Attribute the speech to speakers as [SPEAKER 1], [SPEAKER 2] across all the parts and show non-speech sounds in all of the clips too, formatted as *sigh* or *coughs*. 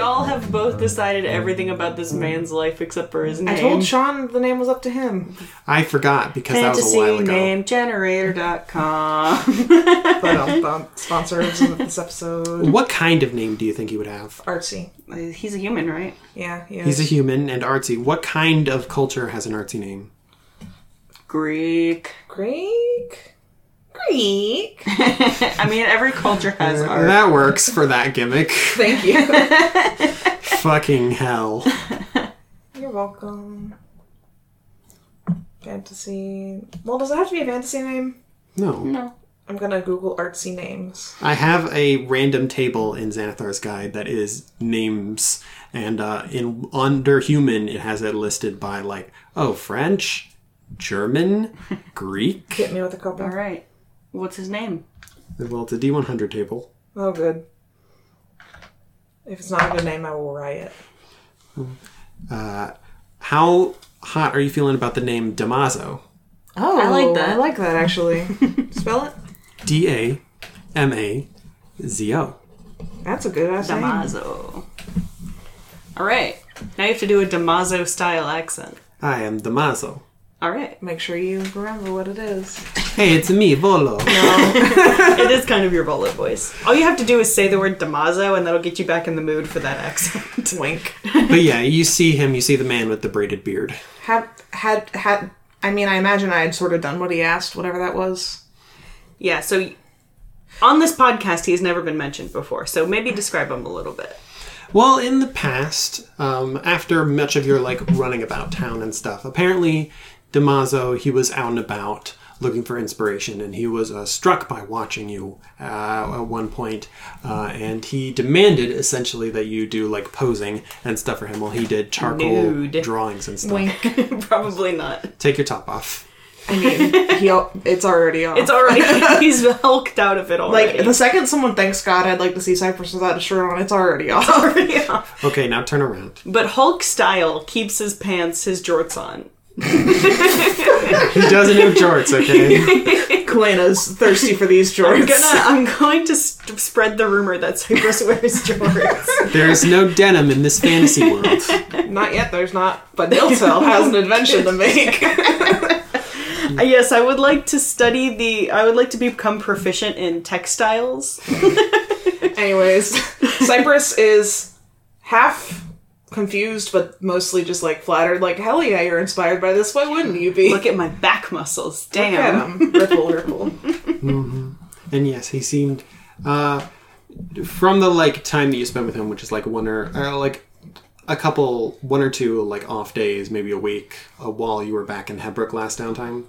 [SPEAKER 1] both decided everything about this man's life except for his name.
[SPEAKER 2] *laughs* I told Sean the name was up to him.
[SPEAKER 3] I forgot because that was a while ago.
[SPEAKER 1] FantasyNameGenerator.com.
[SPEAKER 2] But um, bump sponsors of this episode.
[SPEAKER 3] What kind of name do you think he would have?
[SPEAKER 2] Artsy.
[SPEAKER 1] *laughs* He's a human, right?
[SPEAKER 2] Yeah, yeah.
[SPEAKER 3] He's a human and artsy. What kind of culture has an artsy name?
[SPEAKER 1] Greek. *laughs*
[SPEAKER 2] Greek. Greek.
[SPEAKER 1] I mean, every culture has art.
[SPEAKER 3] Uh, That works for that gimmick. *laughs*
[SPEAKER 2] Thank you.
[SPEAKER 3] Fucking hell.
[SPEAKER 2] You're welcome. Fantasy. Well, does it have to be a fantasy name?
[SPEAKER 3] No.
[SPEAKER 1] No.
[SPEAKER 2] I'm gonna Google artsy names.
[SPEAKER 3] I have a random table in Xanathar's guide that is names, and uh, in under human it has it listed by like oh French, German, Greek.
[SPEAKER 2] Hit me with a couple.
[SPEAKER 1] All right. What's his name?
[SPEAKER 3] Well, it's a D100 table.
[SPEAKER 2] Oh, good. If it's not a good name, I will riot.
[SPEAKER 3] How hot are you feeling about the name Damaso?
[SPEAKER 2] Oh,
[SPEAKER 1] I like that.
[SPEAKER 2] I like that actually. Spell it.
[SPEAKER 3] D A M A Z O.
[SPEAKER 2] That's a good ass name.
[SPEAKER 1] Damaso. All right. Now you have to do a Damaso style accent.
[SPEAKER 3] I am Damaso.
[SPEAKER 1] All right.
[SPEAKER 2] Make sure you remember what it is.
[SPEAKER 3] Hey, it's me, Volo.
[SPEAKER 1] *laughs* It is kind of your bullet voice. All you have to do is say the word Damaso, and that'll get you back in the mood for that accent.
[SPEAKER 2] Wink.
[SPEAKER 3] But yeah, you see him. You see the man with the braided beard.
[SPEAKER 2] Had had had. I mean, I imagine I had sort of done what he asked, whatever that was.
[SPEAKER 1] yeah. So on this podcast, he has never been mentioned before. So maybe describe him a little bit.
[SPEAKER 3] Well, in the past, um, after much of your like running about town and stuff, apparently Damaso he was out and about looking for inspiration, and he was uh, struck by watching you uh, at one point, uh, and he demanded essentially that you do like posing and stuff for him. Well, he did charcoal
[SPEAKER 1] Nude.
[SPEAKER 3] drawings and stuff.
[SPEAKER 2] Wink.
[SPEAKER 1] Probably not.
[SPEAKER 3] Take your top off.
[SPEAKER 1] *laughs*
[SPEAKER 2] I mean, he. al- It's already on.
[SPEAKER 1] It's already *laughs* he's hulked out of it
[SPEAKER 2] like
[SPEAKER 1] already. *laughs*
[SPEAKER 2] the second someone thanks God, I'd like to see Cypress without a shirt on. It's already
[SPEAKER 1] *laughs*
[SPEAKER 2] off.
[SPEAKER 1] Yeah.
[SPEAKER 3] Okay, now turn around.
[SPEAKER 1] But Hulk style keeps his pants, his jorts on.
[SPEAKER 3] He doesn't have jorts. Okay,
[SPEAKER 2] Kalena's thirsty for these jorts.
[SPEAKER 1] I'm *laughs* gonna, I'm going to st- spread the rumor that Cypress *laughs* wears jorts.
[SPEAKER 3] there is no denim in this fantasy world.
[SPEAKER 2] Not yet. There's not. *laughs* But Niltel has an invention to make.
[SPEAKER 1] Uh, yes, I would like to study the. I would like to become proficient in textiles.
[SPEAKER 2] *laughs* Anyways, *laughs* Cypress is half confused, but mostly just like flattered. Like, hell yeah, you're inspired by this. Why wouldn't you be?
[SPEAKER 1] Look at my back muscles.
[SPEAKER 2] Look
[SPEAKER 1] Damn.
[SPEAKER 2] him.
[SPEAKER 1] *laughs*
[SPEAKER 2] Ripple, ripple.
[SPEAKER 3] And yes, he seemed uh, from the like time that you spent with him, which is like one or uh, like a couple, one or two like off days, maybe a week, uh, while you were back in Hebrook last downtime.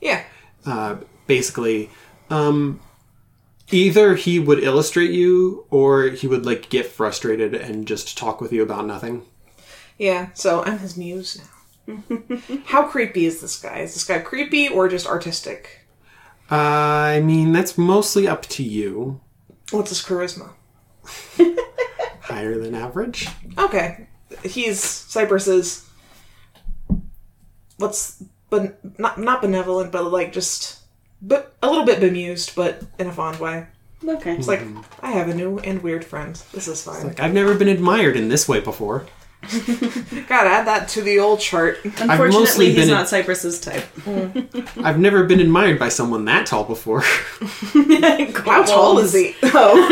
[SPEAKER 2] Yeah.
[SPEAKER 3] Uh, basically, um, either he would illustrate you, or he would like get frustrated and just talk with you about nothing.
[SPEAKER 2] Yeah. So I'm his muse now. *laughs* How creepy is this guy? Is this guy creepy or just artistic?
[SPEAKER 3] Uh, I mean, that's mostly up to you.
[SPEAKER 2] What's his charisma?
[SPEAKER 3] Higher than average.
[SPEAKER 2] Okay. He's Cypress's. What's but not not benevolent, but like just but a little bit bemused, but in a fond way.
[SPEAKER 1] Okay.
[SPEAKER 2] It's like I have a new and weird friend. This is fine.
[SPEAKER 3] Like I've never been admired in this
[SPEAKER 2] *laughs*
[SPEAKER 3] way before.
[SPEAKER 2] Gotta add that to the old *laughs* chart.
[SPEAKER 3] I've mostly
[SPEAKER 1] Unfortunately, he's
[SPEAKER 3] been in-
[SPEAKER 1] not Cypress's type.
[SPEAKER 3] I've never been admired by someone that
[SPEAKER 2] *laughs*
[SPEAKER 3] tall before.
[SPEAKER 2] How tall is he? Oh,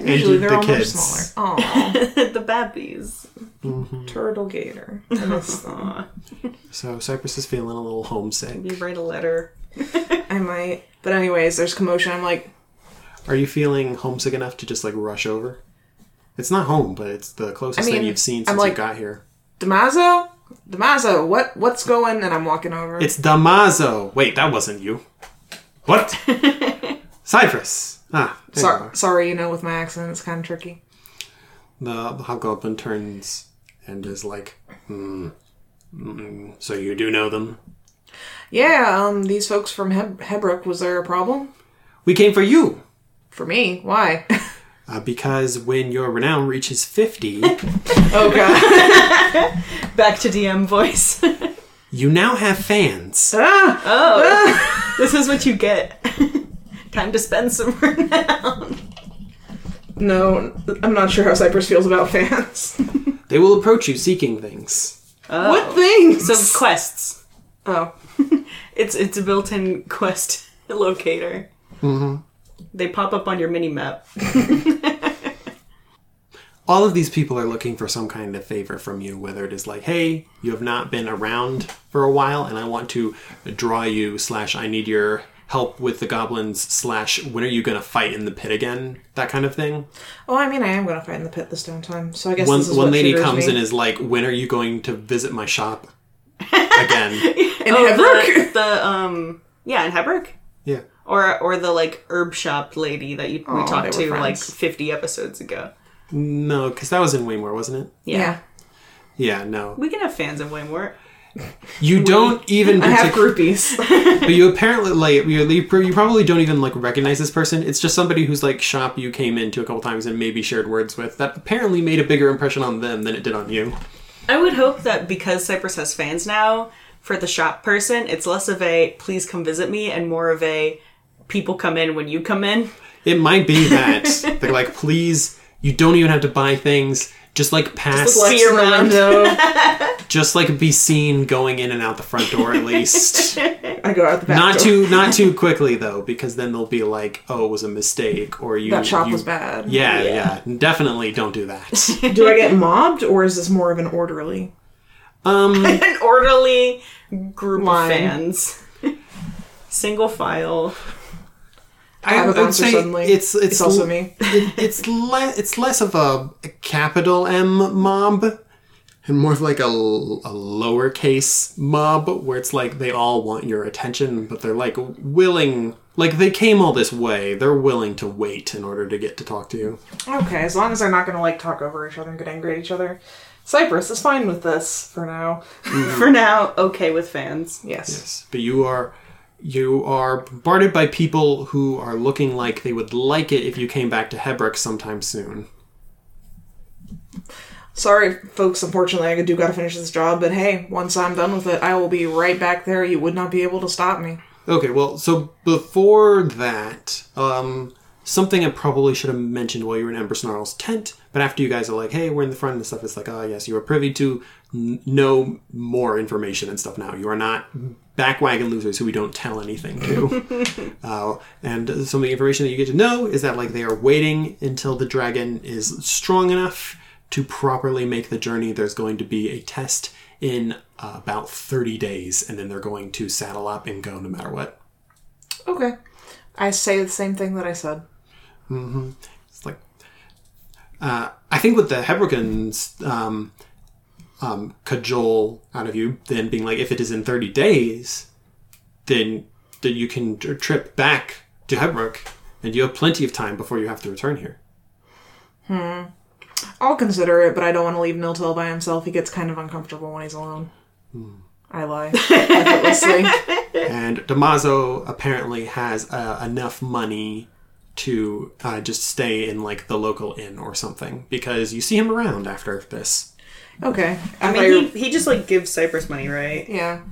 [SPEAKER 2] usually *laughs* they're all much smaller. *laughs* Oh,
[SPEAKER 1] *laughs* the babbies?
[SPEAKER 2] turtle *laughs* gator. I miss them.
[SPEAKER 1] Aw,
[SPEAKER 3] So Cypress is feeling a little homesick.
[SPEAKER 1] you write a *laughs* letter.
[SPEAKER 2] I might. But anyways, there's commotion. I'm like,
[SPEAKER 3] Are you feeling homesick enough to just like rush over? It's not home, but it's the closest
[SPEAKER 2] I
[SPEAKER 3] thing
[SPEAKER 2] mean,
[SPEAKER 3] you've seen
[SPEAKER 2] I'm
[SPEAKER 3] since
[SPEAKER 2] like-
[SPEAKER 3] you got here.
[SPEAKER 2] Damaso, Damaso, what what's going? And I'm walking over.
[SPEAKER 3] It's Damaso. Wait, that wasn't you.
[SPEAKER 2] *laughs*
[SPEAKER 3] What? Cypress. Ah, there you
[SPEAKER 2] sorry,
[SPEAKER 3] are.
[SPEAKER 2] sorry, you know, with my accent, it's kind of tricky.
[SPEAKER 3] The hobgoblin turns and is like, hmm. Mm, so you do know them?
[SPEAKER 2] Yeah, um, these folks from Heb- Hebrook, was there a problem
[SPEAKER 3] We came for you.
[SPEAKER 2] for me? Why? *laughs*
[SPEAKER 3] Uh, because when your renown
[SPEAKER 2] *laughs*
[SPEAKER 3] reaches 50,
[SPEAKER 2] oh *laughs* god.
[SPEAKER 1] Back to DM *laughs* voice.
[SPEAKER 3] you now have fans.
[SPEAKER 2] Ah!
[SPEAKER 1] *laughs* oh, this is what you get. Time to spend some renown.
[SPEAKER 2] no, I'm not sure how Cyprus feels
[SPEAKER 1] *laughs*
[SPEAKER 2] about fans.
[SPEAKER 3] They will approach you seeking things.
[SPEAKER 1] Oh.
[SPEAKER 2] What things?
[SPEAKER 1] So quests.
[SPEAKER 2] oh,
[SPEAKER 1] It's it's a built-in quest *laughs* locator. Mm-hmm. They pop up on your mini *laughs* map.
[SPEAKER 3] All of these people are looking for some kind of favor from you, whether it is like, hey, you have not been around for a while and I want to draw you, slash, I need your help with the goblins, slash, when are you going to fight in the pit again? That kind of thing.
[SPEAKER 2] oh, I mean, I am gonna fight in the pit this damn time. So I guess
[SPEAKER 3] One,
[SPEAKER 2] this is
[SPEAKER 3] one
[SPEAKER 2] what
[SPEAKER 3] lady
[SPEAKER 2] tutors
[SPEAKER 3] comes
[SPEAKER 2] me.
[SPEAKER 3] in and is like, when are you going to visit
[SPEAKER 2] *laughs*
[SPEAKER 3] my shop again?
[SPEAKER 2] in
[SPEAKER 1] Oh,
[SPEAKER 2] Hebrook. *laughs*
[SPEAKER 1] the, the um yeah, in Hebrook.
[SPEAKER 3] yeah.
[SPEAKER 1] Or or the like herb shop lady that you, we
[SPEAKER 2] Aw,
[SPEAKER 1] talked
[SPEAKER 2] Oh, they
[SPEAKER 1] to
[SPEAKER 2] were
[SPEAKER 1] like
[SPEAKER 2] friends.
[SPEAKER 1] 50 episodes ago.
[SPEAKER 3] No, because that was in Waymore, wasn't it?
[SPEAKER 1] Yeah.
[SPEAKER 3] Yeah, no.
[SPEAKER 1] We can have fans in Waymore.
[SPEAKER 3] You don't even.
[SPEAKER 2] I have
[SPEAKER 3] partic- *laughs*
[SPEAKER 2] groupies.
[SPEAKER 3] But you apparently like you, you pr- you probably don't even like recognize this person. It's just somebody whose like shop you came into a couple times and maybe shared words with that apparently made a bigger impression on them than it did on you.
[SPEAKER 1] I would hope that because Cypress has fans now, for the shop person, it's less of a please come visit me and more of a people come in when you come in. *laughs*
[SPEAKER 3] It might be
[SPEAKER 2] *laughs*
[SPEAKER 3] that they're like, please, you don't even have to buy things. Just like pass, just like,
[SPEAKER 2] Lex and
[SPEAKER 1] around.
[SPEAKER 2] Rondo.
[SPEAKER 3] be seen going in and out the front
[SPEAKER 2] *laughs*
[SPEAKER 3] door at least.
[SPEAKER 2] *laughs* I go out the back.
[SPEAKER 3] not
[SPEAKER 2] door.
[SPEAKER 3] too not too quickly though, because then they'll be like, oh, it was a mistake, or you
[SPEAKER 2] That shop
[SPEAKER 3] you-
[SPEAKER 2] was bad. *laughs*
[SPEAKER 3] Yeah, yeah, definitely don't do that.
[SPEAKER 2] Do I get mobbed or is this more of an orderly?
[SPEAKER 3] Um,
[SPEAKER 1] An orderly group
[SPEAKER 2] Line.
[SPEAKER 1] of fans. *laughs* Single file.
[SPEAKER 3] I
[SPEAKER 2] have a
[SPEAKER 3] would
[SPEAKER 2] bouncer
[SPEAKER 3] say
[SPEAKER 2] suddenly.
[SPEAKER 3] It's it's,
[SPEAKER 2] It's also me.
[SPEAKER 3] it- it's less it's less of a, a capital M mob and more of like a, l- a lowercase mob where it's like they all want your attention but they're like willing like they came all this way they're willing to wait in order to get to talk to you
[SPEAKER 2] Okay, as long as they're not gonna like talk over each other and get angry at each other. Cyprus is fine with this for now.
[SPEAKER 1] For now, okay with fans.
[SPEAKER 2] Yes.
[SPEAKER 3] but you are you are bombarded by people who are looking like they would like it if you came back to Hebrook sometime soon
[SPEAKER 2] Sorry, folks, unfortunately I do gotta finish this job, but hey, once I'm done with it, I will be right back there. You would not be able to stop me.
[SPEAKER 3] Okay, well, so before that, um, something I probably should have mentioned while you were in Ember Snarl's tent, but after you guys are like, hey, we're in the front and stuff, it's like, oh, yes, you are privy to n- no more information and stuff now. You are not backwagon losers who we don't tell anything to. uh, and some of the information that you get to know is that, like, they are waiting until the dragon is strong enough to properly make the journey. There's going to be a test in uh, about 30 days, and then they're going to saddle up and go no matter what.
[SPEAKER 2] Okay. I say the same thing that I said.
[SPEAKER 3] It's like, uh, I think with the Hebricans, um, um, cajole out of you, then being like, if it is in 30 days, then then you can tr- trip back to Hebrook, and you have plenty of time before you have to return here.
[SPEAKER 2] I'll consider it, but I don't want to leave Niltel by himself. He gets kind of uncomfortable when he's alone.
[SPEAKER 3] Hmm.
[SPEAKER 2] I lie. *laughs* Effortlessly.
[SPEAKER 3] and Damaso apparently has uh, enough money to uh, just stay in like the local inn or something because you see him around after this.
[SPEAKER 2] *laughs* Okay. I
[SPEAKER 1] I mean, he, he just like gives Cypress money, right?
[SPEAKER 2] yeah.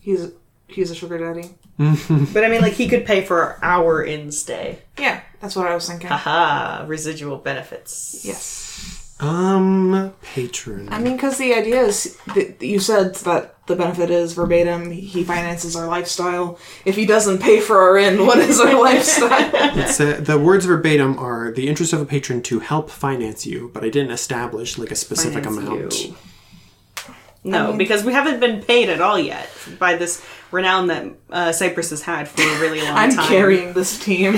[SPEAKER 2] He's he's a sugar daddy.
[SPEAKER 1] But I mean, like, he could pay for our in stay.
[SPEAKER 2] Yeah, that's what I was thinking.
[SPEAKER 1] Aha, residual benefits.
[SPEAKER 2] yes.
[SPEAKER 3] Um, patron.
[SPEAKER 2] I mean, because the idea is that you said that the benefit is verbatim. He finances our lifestyle. If he doesn't pay for our inn, what
[SPEAKER 1] *laughs*
[SPEAKER 2] is our lifestyle?
[SPEAKER 3] It's, uh, the words verbatim are the interest of a patron to help finance you, but I didn't establish like a specific
[SPEAKER 1] Finance
[SPEAKER 3] amount.
[SPEAKER 1] you. No, because we haven't been paid at all yet by this renown that uh, Cyprus has had for a really long
[SPEAKER 2] I'm
[SPEAKER 1] time.
[SPEAKER 2] carrying this
[SPEAKER 1] *laughs*
[SPEAKER 2] team.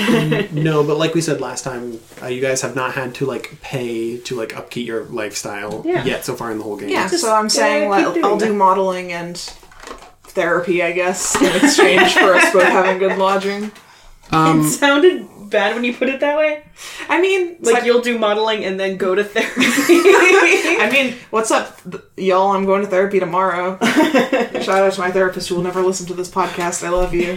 [SPEAKER 3] No, but like we said last time, uh, you guys have not had to like pay to like upkeep your lifestyle
[SPEAKER 1] Yeah.
[SPEAKER 3] yet so far in the whole game.
[SPEAKER 2] yeah,
[SPEAKER 1] Just,
[SPEAKER 2] so I'm saying
[SPEAKER 1] yeah, keep
[SPEAKER 2] like,
[SPEAKER 1] doing
[SPEAKER 2] I'll do
[SPEAKER 1] that.
[SPEAKER 2] modeling and therapy, I guess, in exchange for us both having good lodging.
[SPEAKER 3] Um,
[SPEAKER 1] It sounded bad when you put it that way.
[SPEAKER 2] I mean,
[SPEAKER 1] *laughs* Like,
[SPEAKER 2] like,
[SPEAKER 1] you'll do modeling and then go to
[SPEAKER 3] *laughs*
[SPEAKER 1] therapy. *laughs*
[SPEAKER 2] I mean, what's up, th- y'all? I'm going to therapy tomorrow. Shout out to my therapist who will never listen to this podcast. I love you.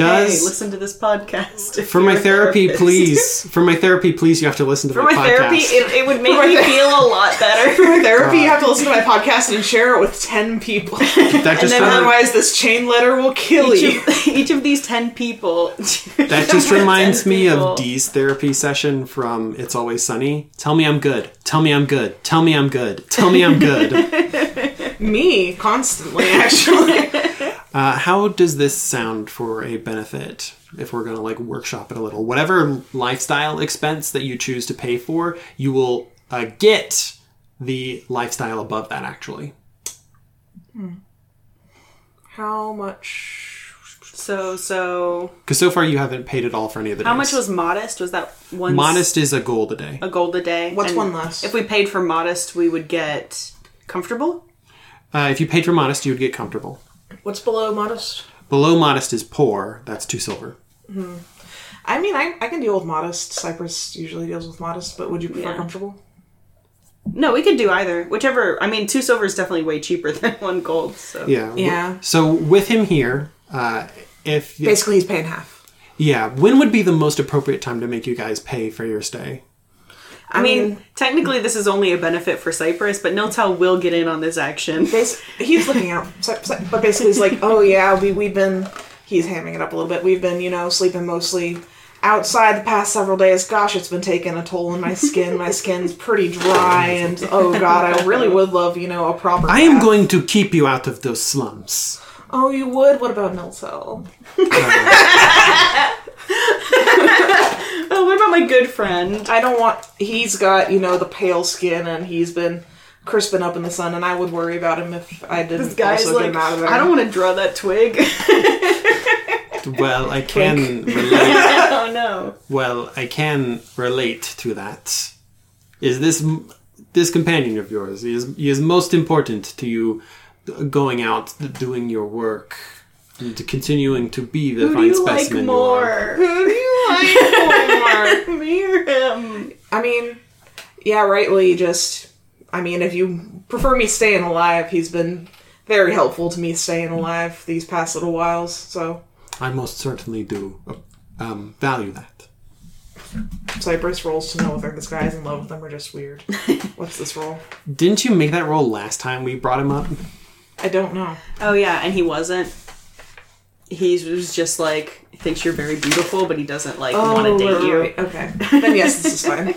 [SPEAKER 1] Hey,
[SPEAKER 3] Does
[SPEAKER 1] listen to this podcast. if
[SPEAKER 3] for my
[SPEAKER 1] you're a *laughs*
[SPEAKER 3] therapy,
[SPEAKER 1] therapist.
[SPEAKER 3] please. For my therapy, please. You have to listen to
[SPEAKER 1] For
[SPEAKER 3] my,
[SPEAKER 1] my therapy,
[SPEAKER 3] podcast.
[SPEAKER 1] it, it would make
[SPEAKER 2] my
[SPEAKER 1] me
[SPEAKER 2] ther-
[SPEAKER 1] feel a lot
[SPEAKER 3] *laughs*
[SPEAKER 1] better.
[SPEAKER 2] For therapy, you have to listen to my podcast and share it with 10 people.
[SPEAKER 3] that just
[SPEAKER 1] then
[SPEAKER 3] remi-
[SPEAKER 2] Otherwise, this chain letter will kill
[SPEAKER 1] each,
[SPEAKER 2] you.
[SPEAKER 1] of, *laughs* each of these ten people.
[SPEAKER 3] that just reminds me of
[SPEAKER 1] D.
[SPEAKER 3] Dee's therapy session from It's Always Sunny. Tell me I'm good. Tell me I'm good. Tell me I'm good. Tell me I'm good.
[SPEAKER 2] Me, constantly, actually.
[SPEAKER 3] uh, how does this sound for a benefit? If we're gonna like workshop it a little, whatever lifestyle expense that you choose to pay for, you will uh, get the lifestyle above that actually.
[SPEAKER 2] How much?
[SPEAKER 1] *laughs* So so,
[SPEAKER 3] Because so far you haven't paid at all for any of the.
[SPEAKER 1] how much
[SPEAKER 3] days.
[SPEAKER 1] was modest? Was that one s-
[SPEAKER 3] modest is a gold a day?
[SPEAKER 1] a gold a day?
[SPEAKER 2] What's
[SPEAKER 1] And
[SPEAKER 2] one less?
[SPEAKER 1] If we paid for modest, we would get comfortable.
[SPEAKER 3] Uh, if you paid for modest, you would get comfortable.
[SPEAKER 2] What's below modest?
[SPEAKER 3] Below modest is poor. That's two silver.
[SPEAKER 2] I mean, I, I can deal with modest. Cypress usually deals with modest, but would you prefer
[SPEAKER 1] Yeah.
[SPEAKER 2] comfortable?
[SPEAKER 1] No, we could do either. Whichever. I mean, two silver is definitely way cheaper *laughs* than one gold. So
[SPEAKER 3] Yeah. w-
[SPEAKER 2] Yeah.
[SPEAKER 3] So with him here, uh, if
[SPEAKER 2] Basically, he's paying half.
[SPEAKER 3] yeah, when would be the most appropriate time to make you guys pay for your stay?
[SPEAKER 1] I mean, technically, this is only a benefit for Cyprus, but Niltel will get in on this action. *laughs*
[SPEAKER 2] Bas- he's looking out, so- so- but basically he's like, oh yeah, we we've been. He's hamming it up a little bit. We've been, you know, sleeping mostly outside the past several days. Gosh, it's been taking a toll on my skin. My skin's pretty dry, and oh god, I really would love, you know, a proper.
[SPEAKER 3] I am
[SPEAKER 2] bath."
[SPEAKER 3] going to keep you out of those slums.
[SPEAKER 2] Oh, you would. What about Niltel?
[SPEAKER 1] *laughs* Oh, what about my good friend?
[SPEAKER 2] I don't want. He's got, you know, the pale skin, and he's been crisping up in the sun, and I would worry about him if I didn't
[SPEAKER 1] This guy's
[SPEAKER 2] also
[SPEAKER 1] like,
[SPEAKER 2] get him out of there.
[SPEAKER 1] I don't
[SPEAKER 3] *laughs*
[SPEAKER 1] want to draw that
[SPEAKER 2] *laughs*
[SPEAKER 1] twig. *laughs*
[SPEAKER 3] Well, I can relate.
[SPEAKER 1] oh no.
[SPEAKER 3] Well, I can relate to that. Is this m- this companion of yours he is he is most important to you uh, going out doing your work and to continuing to be
[SPEAKER 1] Who
[SPEAKER 3] the
[SPEAKER 1] do
[SPEAKER 3] fine
[SPEAKER 1] you like
[SPEAKER 3] specimen you are.
[SPEAKER 1] more?
[SPEAKER 2] Who do you *laughs* like more?
[SPEAKER 1] Me or him?
[SPEAKER 2] I mean, yeah, rightly, just. I mean, if you prefer me staying alive, he's been very helpful to me staying alive these past little whiles, so.
[SPEAKER 3] I most certainly do um, value that.
[SPEAKER 2] Cypress rolls to know whether this guy's in love with them or
[SPEAKER 1] *laughs*
[SPEAKER 2] just weird. What's this roll?
[SPEAKER 3] Didn't you make that roll last time we brought him up?
[SPEAKER 2] I don't know.
[SPEAKER 1] Oh yeah, and he wasn't. He was just like thinks you're very beautiful, but he doesn't like want to date you.
[SPEAKER 2] Oh, right, Okay. Then yes, this
[SPEAKER 1] *laughs*
[SPEAKER 2] is fine.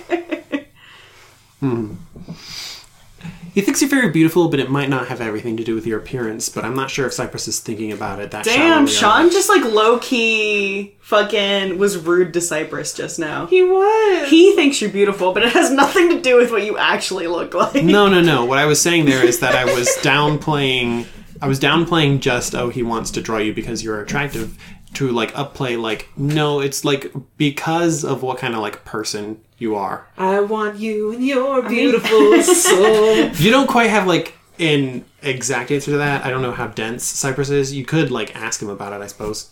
[SPEAKER 3] He thinks you're very beautiful, but it might not have everything to do with your appearance. But I'm not sure if Cypress is thinking about it that.
[SPEAKER 1] Damn,
[SPEAKER 3] shallowly or
[SPEAKER 1] Sean just like low key fucking was rude to Cypress just now.
[SPEAKER 2] He was!
[SPEAKER 1] He thinks you're beautiful, but it has nothing to do with what you actually look like. *laughs*
[SPEAKER 3] not. No, no, no. What I was saying there is that I was downplaying. I was downplaying just oh he wants to draw you because you're attractive to like upplay like no it's like because of what kind of like person
[SPEAKER 1] *laughs*
[SPEAKER 3] you are.
[SPEAKER 2] I want you and your beautiful soul.
[SPEAKER 3] You don't quite have like an exact answer to that. I don't know how dense Cypress is. You could like ask him about it, I suppose.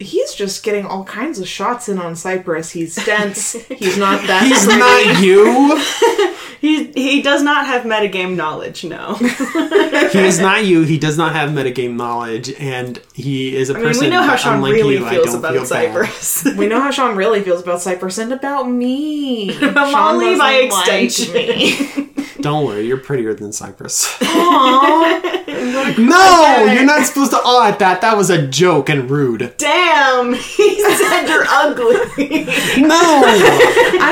[SPEAKER 2] He's just getting all kinds of shots in on Cypress. He's dense. He's not
[SPEAKER 1] *laughs*
[SPEAKER 2] that.
[SPEAKER 3] He's not you.
[SPEAKER 1] He he does not have metagame knowledge, no. *laughs*
[SPEAKER 3] He is not you. He does not have metagame knowledge, and he is a
[SPEAKER 1] I mean,
[SPEAKER 3] person.
[SPEAKER 1] we know how
[SPEAKER 3] that,
[SPEAKER 1] Sean
[SPEAKER 3] unlike
[SPEAKER 1] really
[SPEAKER 3] you, I
[SPEAKER 1] feels
[SPEAKER 3] don't
[SPEAKER 1] about
[SPEAKER 3] feel bad.
[SPEAKER 1] Cypress.
[SPEAKER 2] We know how Sean really feels about Cypress and about me.
[SPEAKER 1] *laughs* About
[SPEAKER 2] Sean
[SPEAKER 1] Molly
[SPEAKER 2] doesn't
[SPEAKER 1] by
[SPEAKER 2] like
[SPEAKER 1] extension.
[SPEAKER 2] me.
[SPEAKER 3] Don't worry, you're prettier than Cypress. *laughs*
[SPEAKER 1] *laughs*
[SPEAKER 3] no, you're not supposed to awe at that. That was a joke and rude.
[SPEAKER 1] *laughs* Damn, he said you're ugly. *laughs*
[SPEAKER 3] No.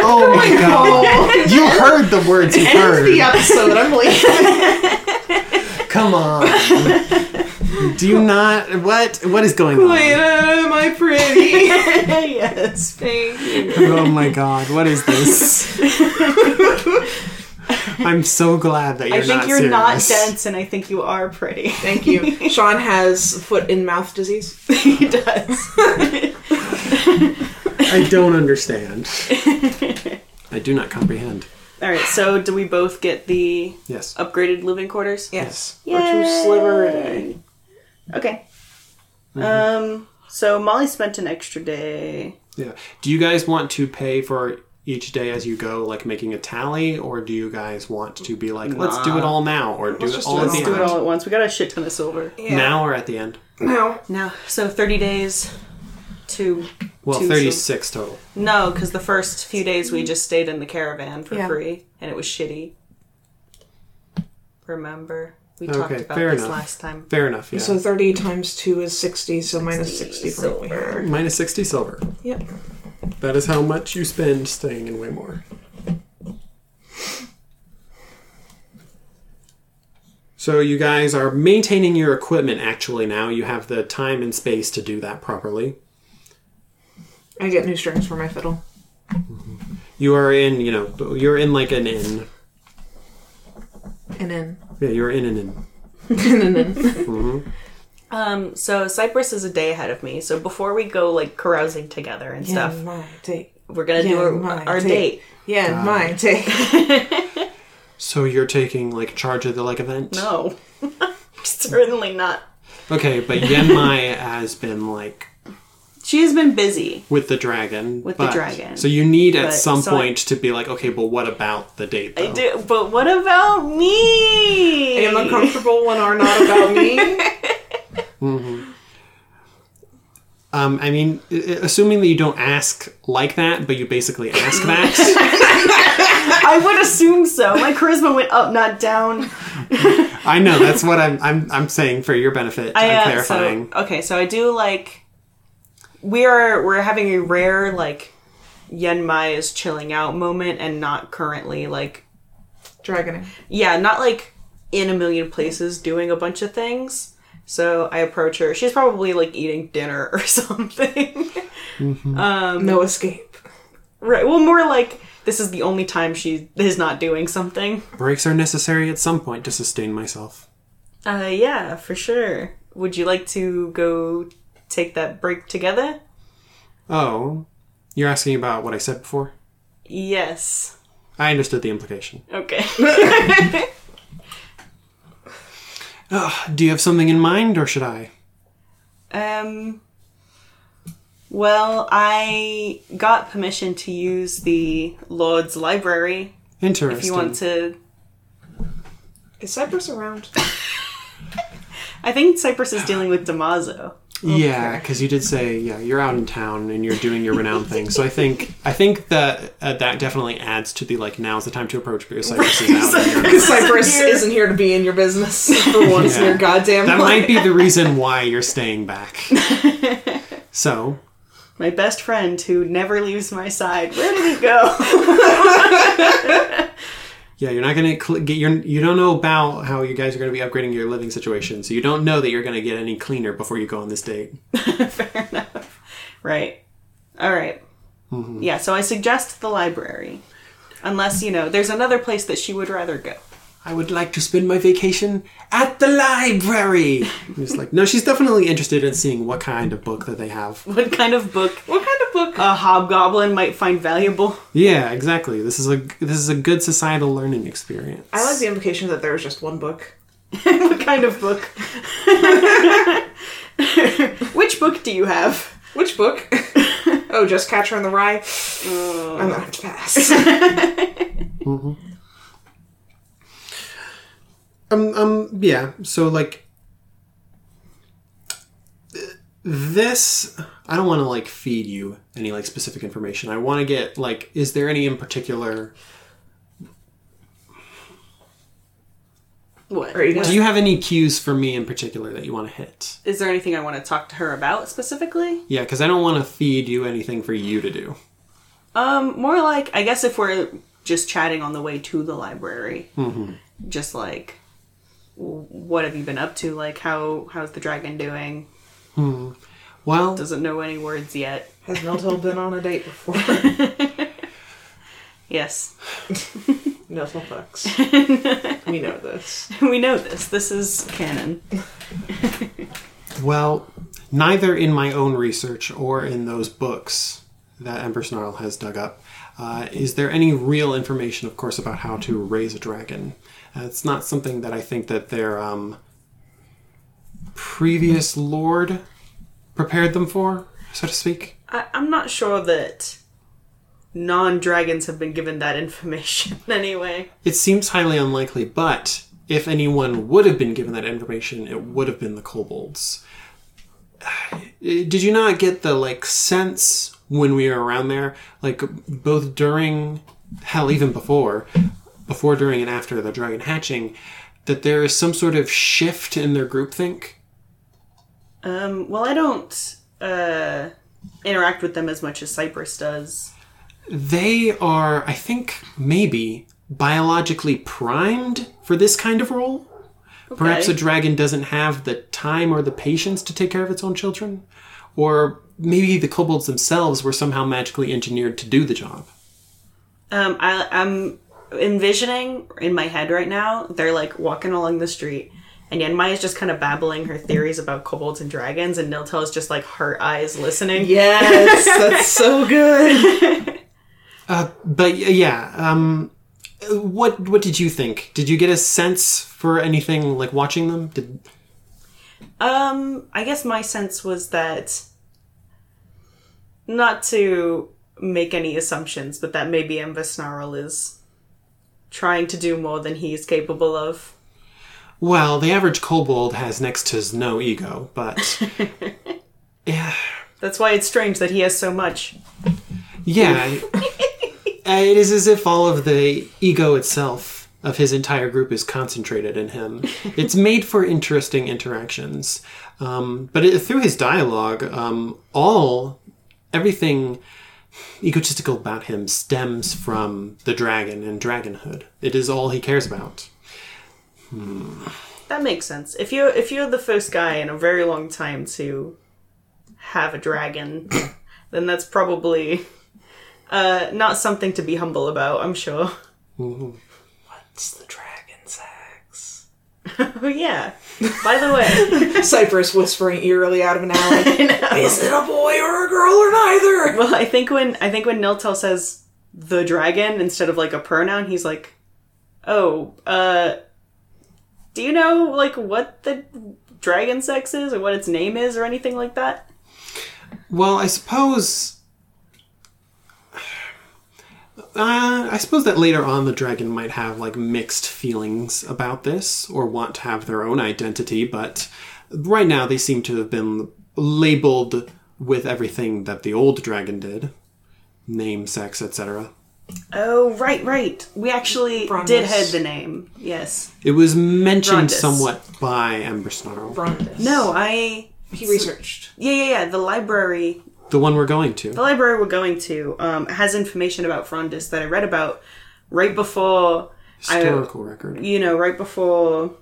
[SPEAKER 3] oh my god, you heard the words he
[SPEAKER 2] End the
[SPEAKER 3] heard.
[SPEAKER 2] episode. I'm leaving.
[SPEAKER 3] Come on. Do you not? What? What is going *laughs* on?
[SPEAKER 2] Am I pretty?
[SPEAKER 1] yes, thank you.
[SPEAKER 3] Oh my god, what is this? I'm so glad that you're
[SPEAKER 1] I think
[SPEAKER 3] not
[SPEAKER 1] you're not
[SPEAKER 3] serious.
[SPEAKER 1] dense, and I think you are pretty. *laughs*
[SPEAKER 2] Thank you. Sean has foot in mouth disease.
[SPEAKER 1] he does.
[SPEAKER 3] I don't understand. I do not comprehend.
[SPEAKER 1] All right, so do we both get the
[SPEAKER 3] Yes.
[SPEAKER 1] upgraded living quarters?
[SPEAKER 2] Yes.
[SPEAKER 1] Yay.
[SPEAKER 2] Or two sliver a day.
[SPEAKER 1] Okay. Um. So Molly spent an extra day.
[SPEAKER 3] Yeah. Do you guys want to pay for each day as you go, like making a tally, or do you guys want to be like, let's do it all now, or do
[SPEAKER 2] Let's
[SPEAKER 3] it
[SPEAKER 2] just
[SPEAKER 3] all
[SPEAKER 2] do
[SPEAKER 3] at
[SPEAKER 2] it
[SPEAKER 3] the
[SPEAKER 1] Do
[SPEAKER 3] end?
[SPEAKER 1] it all at once. We got a shit ton of silver.
[SPEAKER 2] Yeah.
[SPEAKER 3] Now or at the end?
[SPEAKER 2] No.
[SPEAKER 1] Now, so thirty days. two.
[SPEAKER 3] Well,
[SPEAKER 1] two
[SPEAKER 3] 36 total.
[SPEAKER 1] No, because the first few days we just stayed in the caravan for
[SPEAKER 2] Yeah.
[SPEAKER 1] free, and it was shitty. Remember, we talked
[SPEAKER 3] Okay,
[SPEAKER 1] about
[SPEAKER 3] fair
[SPEAKER 1] this
[SPEAKER 3] enough.
[SPEAKER 1] last time.
[SPEAKER 3] Fair enough, yeah.
[SPEAKER 2] So 30 times 2 is 60, so minus 60 for what we
[SPEAKER 1] silver.
[SPEAKER 2] had.
[SPEAKER 3] Minus 60 silver.
[SPEAKER 2] Yep.
[SPEAKER 3] That is how much you spend staying in Waymore. So you guys are maintaining your equipment actually now. You have the time and space to do that properly.
[SPEAKER 2] I get new strings for my fiddle.
[SPEAKER 3] You are in, you know, you're in like an inn.
[SPEAKER 2] And then.
[SPEAKER 3] Yeah, you're in an inn.
[SPEAKER 1] Um, so Cyprus is a day ahead of me. So before we go like carousing together and
[SPEAKER 2] Yeah,
[SPEAKER 1] stuff,
[SPEAKER 2] my take.
[SPEAKER 1] we're gonna do
[SPEAKER 2] Yeah,
[SPEAKER 1] our,
[SPEAKER 2] my
[SPEAKER 1] our
[SPEAKER 2] take.
[SPEAKER 1] date.
[SPEAKER 2] Yeah, my take.
[SPEAKER 3] So you're taking like charge of the like event?
[SPEAKER 1] *laughs* No, certainly not.
[SPEAKER 3] Okay, but Yenmai has been like
[SPEAKER 1] She has been busy.
[SPEAKER 3] with the dragon.
[SPEAKER 1] With the dragon.
[SPEAKER 3] So you need at
[SPEAKER 1] But-
[SPEAKER 3] some
[SPEAKER 1] so I-
[SPEAKER 3] point to be like, okay, well, what about the date? Though?
[SPEAKER 1] I do, but what about me?
[SPEAKER 2] *laughs* am uncomfortable when are not about me. *laughs*
[SPEAKER 3] Um, I mean, i- i- assuming that you don't ask like that, but you basically
[SPEAKER 1] *laughs*
[SPEAKER 3] ask that.
[SPEAKER 1] I would assume so. My charisma went up, not down.
[SPEAKER 3] I know that's what I'm. I'm. I'm saying for your benefit. I,
[SPEAKER 1] I,
[SPEAKER 3] am
[SPEAKER 1] uh,
[SPEAKER 3] clarifying.
[SPEAKER 1] So, okay, so I do like we are we're having a rare like Yenmai is chilling out moment and not currently like
[SPEAKER 2] Dragoning.
[SPEAKER 1] yeah, not like in a million places doing a bunch of things. So I approach her. She's probably like eating dinner or *laughs* something.
[SPEAKER 2] no escape.
[SPEAKER 1] right. Well, more like this is the only time she is not doing something.
[SPEAKER 3] Breaks are necessary at some point to sustain myself.
[SPEAKER 1] Uh yeah, for sure. Would you like to go take that break together?
[SPEAKER 3] Oh, you're asking about what I said before.
[SPEAKER 1] Yes.
[SPEAKER 3] I understood the implication.
[SPEAKER 1] *laughs* Okay.
[SPEAKER 3] Do you have something in mind, or should I?
[SPEAKER 1] Um. Well, I got permission to use the Lord's library.
[SPEAKER 3] Interesting.
[SPEAKER 1] If you want to,
[SPEAKER 2] Is Cypress *laughs* around?
[SPEAKER 1] I think Cypress is dealing with Damaso.
[SPEAKER 3] Yeah, because you did say yeah you're out in town and you're doing your renowned thing. So I think I think that uh, that definitely adds to the like now's the time to approach because Cypress is out. and
[SPEAKER 2] *laughs*
[SPEAKER 3] you're-
[SPEAKER 2] Cypress
[SPEAKER 1] Here.
[SPEAKER 2] isn't here to be in your business for once in
[SPEAKER 3] Yeah.
[SPEAKER 2] your goddamn
[SPEAKER 3] That
[SPEAKER 2] life.
[SPEAKER 3] might be the reason why you're staying back. So
[SPEAKER 1] My best friend who never leaves my side. Where did he go?
[SPEAKER 3] yeah, you're not gonna cl- get your you don't know about how you guys are gonna be upgrading your living situation. So you don't know that you're gonna get any cleaner before you go on this date.
[SPEAKER 1] Fair *laughs* enough. Right. All right. Yeah. So I suggest the library, unless you know there's another place that she would rather go. *laughs*
[SPEAKER 3] I would like to spend my vacation at the library. I'm just like no, she's definitely interested in seeing what kind of book that they have.
[SPEAKER 1] What kind of book
[SPEAKER 2] What kind of book?
[SPEAKER 1] a hobgoblin might find valuable? *laughs*
[SPEAKER 3] Yeah, exactly. This is a this is a good societal learning experience.
[SPEAKER 2] I like the implication that there was just one book.
[SPEAKER 1] what kind of book? *laughs* Which book do you have?
[SPEAKER 2] Which *laughs* book? oh, just Catcher in the Rye. I'm gonna have to pass. *laughs*
[SPEAKER 3] um um yeah. So like this I don't want to like feed you any like specific information. I want to get like is there any in particular
[SPEAKER 1] What?
[SPEAKER 2] Or you
[SPEAKER 3] do you have any cues for me in particular that you want to hit?
[SPEAKER 1] Is there anything I want to talk to her about specifically?
[SPEAKER 3] Yeah, cuz I don't want to feed you anything for you to do.
[SPEAKER 1] Um, more like I guess if we're just chatting on the way to the library, just like w- what have you been up to? Like how how's the dragon doing?
[SPEAKER 3] Well,
[SPEAKER 1] Doesn't know any words yet.
[SPEAKER 2] Has Miltel been on a date *laughs* before?
[SPEAKER 1] Yes, *laughs*
[SPEAKER 2] Miltel fucks. *laughs* we know this.
[SPEAKER 1] we know this. This is canon.
[SPEAKER 3] Well, neither in my own research or in those books that Ember Snarl has dug up uh, is there any real information, of course, about how to raise a dragon. Uh, it's not something that I think that their um, previous lord prepared them for, so to speak.
[SPEAKER 1] I, I'm not sure that non dragons have been given that *laughs* information anyway.
[SPEAKER 3] It seems highly unlikely, but if anyone would have been given that information, it would have been the kobolds. did you not get the like sense when we were around there like both during hell even before before during and after the dragon hatching that there is some sort of shift in their groupthink
[SPEAKER 1] Um, well, I don't uh, interact with them as much as Cypress does.
[SPEAKER 3] they are i think maybe biologically primed for this kind of role perhaps
[SPEAKER 1] Okay.
[SPEAKER 3] a dragon doesn't have the time or the patience to take care of its own children or maybe the kobolds themselves were somehow magically engineered to do the job
[SPEAKER 1] Um, I, I'm envisioning in my head right now, they're like walking along the street, and Yanmai is just kind of babbling her theories about kobolds and dragons, and Niltel is just like heart eyes listening.
[SPEAKER 2] Yes, that's so good.
[SPEAKER 3] But y- yeah, um, what what did you think? Did you get a sense for anything like watching them? Did
[SPEAKER 1] Um, I guess my sense was that not to make any assumptions, but that maybe Emvasnarl is trying to do more than he is capable of.
[SPEAKER 3] well, the average kobold has next to no ego, but yeah,
[SPEAKER 1] That's why it's strange that he has so much.
[SPEAKER 3] yeah, *laughs* Uh, it is as if all of the ego itself of his entire group is concentrated in him. It's made for interesting interactions, um, but it, through his dialogue, um, all everything egotistical about him stems from the dragon and dragonhood. It is all he cares about.
[SPEAKER 1] That makes sense. If you if you're the first guy in a very long time to have a *coughs* dragon, then that's probably uh, not something to be humble about. I'm sure.
[SPEAKER 2] *laughs* It's the dragon sex.
[SPEAKER 1] *laughs* Oh yeah. *laughs* By the way,
[SPEAKER 2] Cypress whispering eerily out of an *laughs* alley. Is it a boy or a girl or neither?
[SPEAKER 1] well, I think when I think when Niltel says the dragon instead of like a pronoun, he's like, "Oh, uh, do you know like what the dragon sex is or what its name is or anything like that?"
[SPEAKER 3] Well, I suppose. Uh, I suppose that later on the dragon might have like mixed feelings about this or want to have their own identity, but right now they seem to have been labeled with everything that the old dragon did name, sex, etc.
[SPEAKER 1] Oh, right, right. We actually
[SPEAKER 2] Bronwus.
[SPEAKER 1] did head the name. Yes.
[SPEAKER 3] It was mentioned
[SPEAKER 1] Brondus.
[SPEAKER 3] somewhat by Ember Snarl,
[SPEAKER 2] Brondus. *laughs*
[SPEAKER 1] No, I.
[SPEAKER 2] He researched.
[SPEAKER 1] Yeah, yeah, yeah. The library.
[SPEAKER 3] the one we're going to.
[SPEAKER 1] The library we're going to um, has information about Frondis that I read about right before.
[SPEAKER 3] Historical record.
[SPEAKER 1] You know, right before.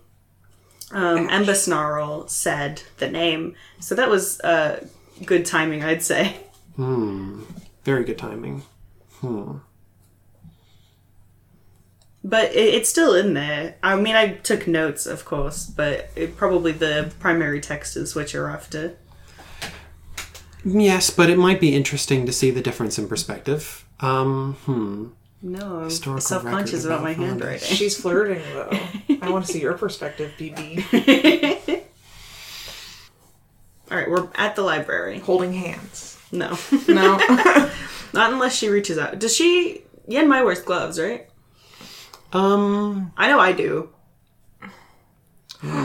[SPEAKER 1] Um, Ember Snarl said the name, so that was uh, good timing, I'd say.
[SPEAKER 3] Very good timing. Hmm.
[SPEAKER 1] But it, it's still in there. I mean, I took notes, of course, but it, probably the primary text is what you're after.
[SPEAKER 3] Yes, but it might be interesting to see the difference in perspective. Um, hmm.
[SPEAKER 1] No, I'm
[SPEAKER 3] Historical
[SPEAKER 1] self-conscious
[SPEAKER 3] record
[SPEAKER 1] about
[SPEAKER 3] about
[SPEAKER 1] my
[SPEAKER 3] Frondis.
[SPEAKER 1] handwriting.
[SPEAKER 2] She's flirting though. I want to see your perspective, BB.
[SPEAKER 1] All right, we're at the library.
[SPEAKER 2] Holding hands.
[SPEAKER 1] No, *laughs*
[SPEAKER 2] No.
[SPEAKER 1] not unless she reaches out. Does she? Yenmai wears gloves, right?
[SPEAKER 3] Um,
[SPEAKER 1] I know I do. *laughs*
[SPEAKER 3] I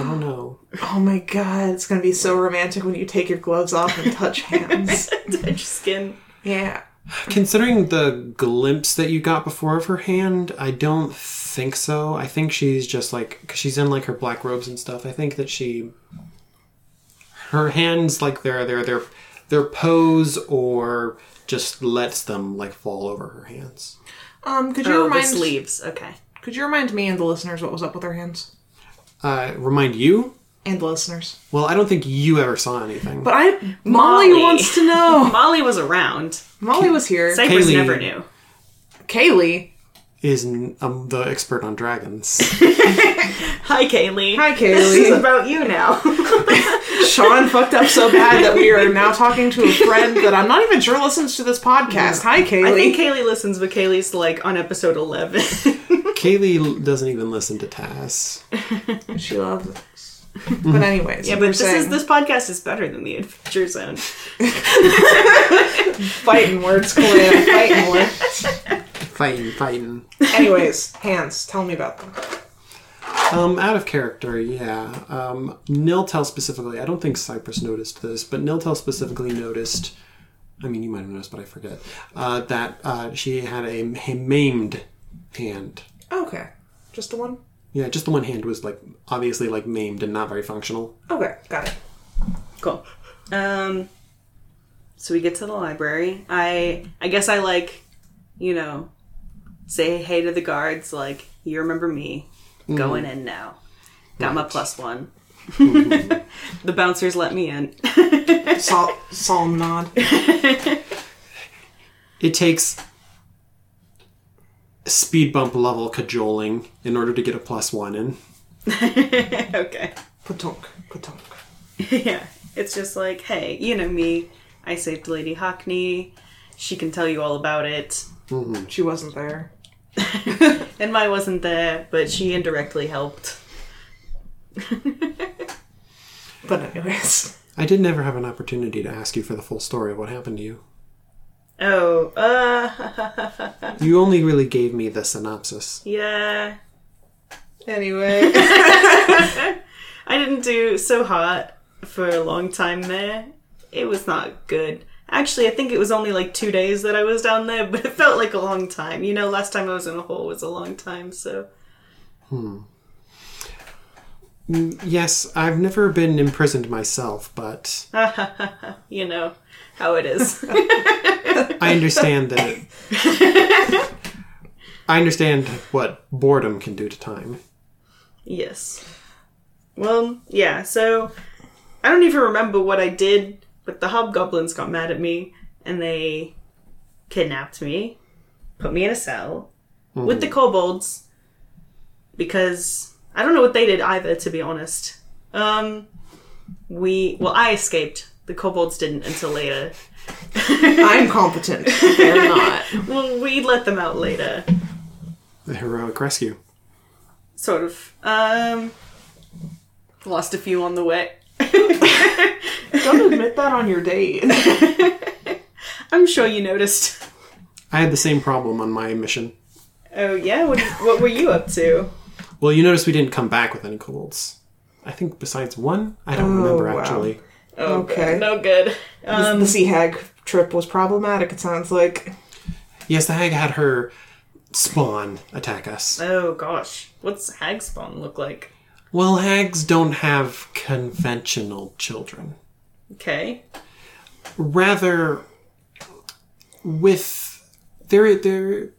[SPEAKER 3] don't know.
[SPEAKER 2] *laughs* oh my god, it's gonna be so romantic when you take your gloves off and touch hands.
[SPEAKER 1] Touch skin.
[SPEAKER 2] Yeah.
[SPEAKER 3] Considering the glimpse that you got before of her hand, I don't think so. I think she's just like cause she's in like her black robes and stuff. I think that she her hands like their their their their pose or just lets them like fall over her hands.
[SPEAKER 2] Um, could you
[SPEAKER 1] Oh, the
[SPEAKER 2] remind
[SPEAKER 1] sleeves. Okay.
[SPEAKER 2] could you remind me and the listeners what was up with her hands?
[SPEAKER 3] Uh, remind you?
[SPEAKER 2] And the listeners.
[SPEAKER 3] Well, I don't think you ever saw anything.
[SPEAKER 2] But I Molly,
[SPEAKER 1] Molly.
[SPEAKER 2] wants to know.
[SPEAKER 1] *laughs* Molly was around.
[SPEAKER 2] Molly was here.
[SPEAKER 1] Cypress
[SPEAKER 3] Kaylee.
[SPEAKER 1] never knew.
[SPEAKER 2] Kaylee.
[SPEAKER 3] is um, the expert on dragons. *laughs*
[SPEAKER 1] Hi, Kaylee. *laughs*
[SPEAKER 2] Hi
[SPEAKER 1] This is
[SPEAKER 2] Kaylee.
[SPEAKER 1] about you now.
[SPEAKER 2] *laughs* Sean fucked up so bad that we are now talking to a friend that I'm not even sure listens to this podcast. Hi Kaylee.
[SPEAKER 1] I think Kaylee listens, but Kaylee's like on episode eleven.
[SPEAKER 3] Kaylee l- doesn't even listen to Taz.
[SPEAKER 2] she loves us. But anyways,
[SPEAKER 1] yeah, but
[SPEAKER 2] we're
[SPEAKER 1] this is
[SPEAKER 2] saying-
[SPEAKER 1] this podcast is better than the Adventure Zone.
[SPEAKER 2] fighting words, Kalina, *laughs* fighting words.
[SPEAKER 3] Fighting, fighting.
[SPEAKER 2] Anyways, hands. Tell me about them.
[SPEAKER 3] Um, out of character, yeah. Um, Niltel specifically, I don't think Cypress noticed this, but Niltel specifically noticed. I mean, you might have noticed, but I forget uh, that uh, she had a, a maimed hand.
[SPEAKER 2] Okay. Just the one?
[SPEAKER 3] Yeah, just the one hand was like obviously like maimed and not very functional.
[SPEAKER 2] Okay, got it.
[SPEAKER 1] Cool. Um, so we get to the library. I I guess I like, you know, say hey to the guards. Like you remember me, going in now. Got my plus one. *laughs* the bouncers let me in. *laughs*
[SPEAKER 2] Sol- solemn nod.
[SPEAKER 3] It takes speed bump level cajoling in order to get a plus one in.
[SPEAKER 1] okay.
[SPEAKER 2] Patonk, patonk.
[SPEAKER 1] Yeah. It's just like, hey, you know me. I saved Lady Hockney. She can tell you all about it.
[SPEAKER 2] She wasn't there.
[SPEAKER 1] And Mai wasn't there, but she indirectly helped.
[SPEAKER 2] But anyways.
[SPEAKER 3] I did never have an opportunity to ask you for the full story of what happened to you.
[SPEAKER 1] Oh, uh,
[SPEAKER 3] You only really gave me the synopsis.
[SPEAKER 1] yeah.
[SPEAKER 2] Anyway.
[SPEAKER 1] I didn't do so hot for a long time there. It was not good. Actually, I think it was only like two days that I was down there, but it felt like a long time. You know, last time I was in a hole was a long time, so.
[SPEAKER 3] Yes, I've never been imprisoned myself, but
[SPEAKER 1] You know how it is.
[SPEAKER 3] I understand that. I understand what boredom can do to time.
[SPEAKER 1] Yes. Well, yeah, so I don't even remember what I did, but the hobgoblins got mad at me and they kidnapped me, put me in a cell with
[SPEAKER 4] Mm-hmm.
[SPEAKER 1] the kobolds because I don't know what they did either, to be honest. Um, we, well, I escaped. The kobolds didn't until
[SPEAKER 4] *laughs*
[SPEAKER 1] later.
[SPEAKER 2] *laughs* I'm competent.
[SPEAKER 4] They're not.
[SPEAKER 1] *laughs* Well, we let them out later.
[SPEAKER 3] The heroic rescue.
[SPEAKER 1] Sort of. Um,
[SPEAKER 4] Lost a few on the way.
[SPEAKER 2] Don't admit that on your date. *laughs*
[SPEAKER 1] I'm sure you noticed. *laughs*
[SPEAKER 3] I had the same problem on my mission.
[SPEAKER 1] Oh, yeah? What, what were you up to?
[SPEAKER 3] Well, you notice we didn't come back with any colds. I think besides one, I don't remember
[SPEAKER 2] wow.
[SPEAKER 3] actually.
[SPEAKER 1] Oh,
[SPEAKER 2] Okay.
[SPEAKER 1] good. No good. Uh,
[SPEAKER 2] The-
[SPEAKER 1] Um,
[SPEAKER 2] the sea hag trip was problematic, it sounds like.
[SPEAKER 3] Yes, the hag had her spawn attack us.
[SPEAKER 1] Oh gosh, what's hag spawn look like?
[SPEAKER 3] Well, hags don't have conventional children.
[SPEAKER 1] Okay.
[SPEAKER 3] rather with they're they're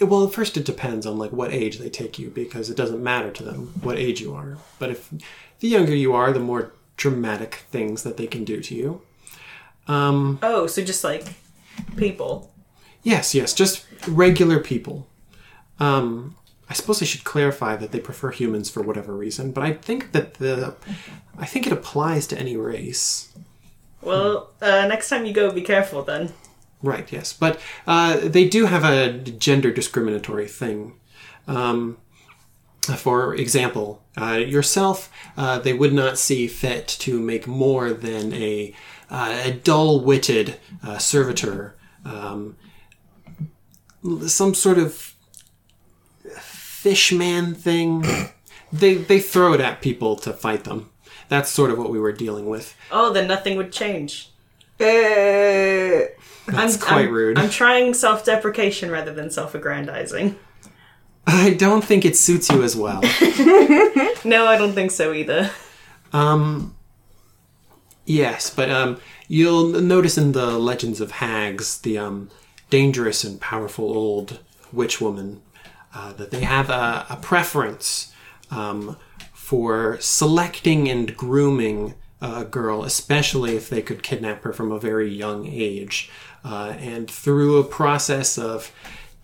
[SPEAKER 3] well first it depends on like what age they take you because it doesn't matter to them what age you are but if the younger you are the more dramatic things that they can do to you
[SPEAKER 1] Oh, so just like people.
[SPEAKER 3] yes yes just regular people um i suppose i should clarify that they prefer humans for whatever reason but i think that the i think it applies to any race
[SPEAKER 1] Well, uh, next time you go, be careful then.
[SPEAKER 3] Right, yes. But uh, they do have a gender discriminatory thing. Um, for example, uh, yourself, uh, they would not see fit to make more than a, uh, a dull witted uh, servitor, um, l- some sort of fishman thing. they, they throw it at people to fight them. That's sort of what we were dealing with.
[SPEAKER 1] Oh, then nothing would change.
[SPEAKER 2] Eh,
[SPEAKER 1] That's
[SPEAKER 3] quite rude.
[SPEAKER 1] I'm trying self-deprecation rather than self-aggrandizing.
[SPEAKER 3] I don't think it suits you as well.
[SPEAKER 1] No, I don't think so either. *laughs*
[SPEAKER 3] Yes, but um, you'll n- notice in the Legends of Hags the um, dangerous and powerful old witch woman uh, that they have a, a preference um, for selecting and grooming a girl, especially if they could kidnap her from a very young age, uh, and through a process of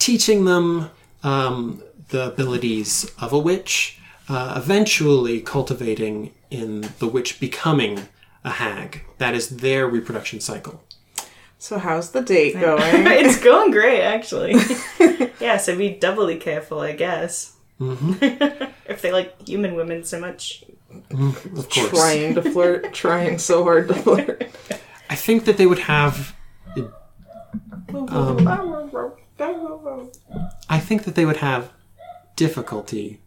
[SPEAKER 3] teaching them um, the abilities of a witch, uh, eventually cultivating in the witch becoming a hag. That is their reproduction cycle.
[SPEAKER 2] so, how's the date going?
[SPEAKER 1] it's going great, actually. yeah, so be doubly careful, I guess. *laughs* if they like human women so much.
[SPEAKER 3] Of course,
[SPEAKER 2] trying to flirt, trying so hard to flirt.
[SPEAKER 1] *laughs*
[SPEAKER 3] I think that they would have. I think that they would have difficulty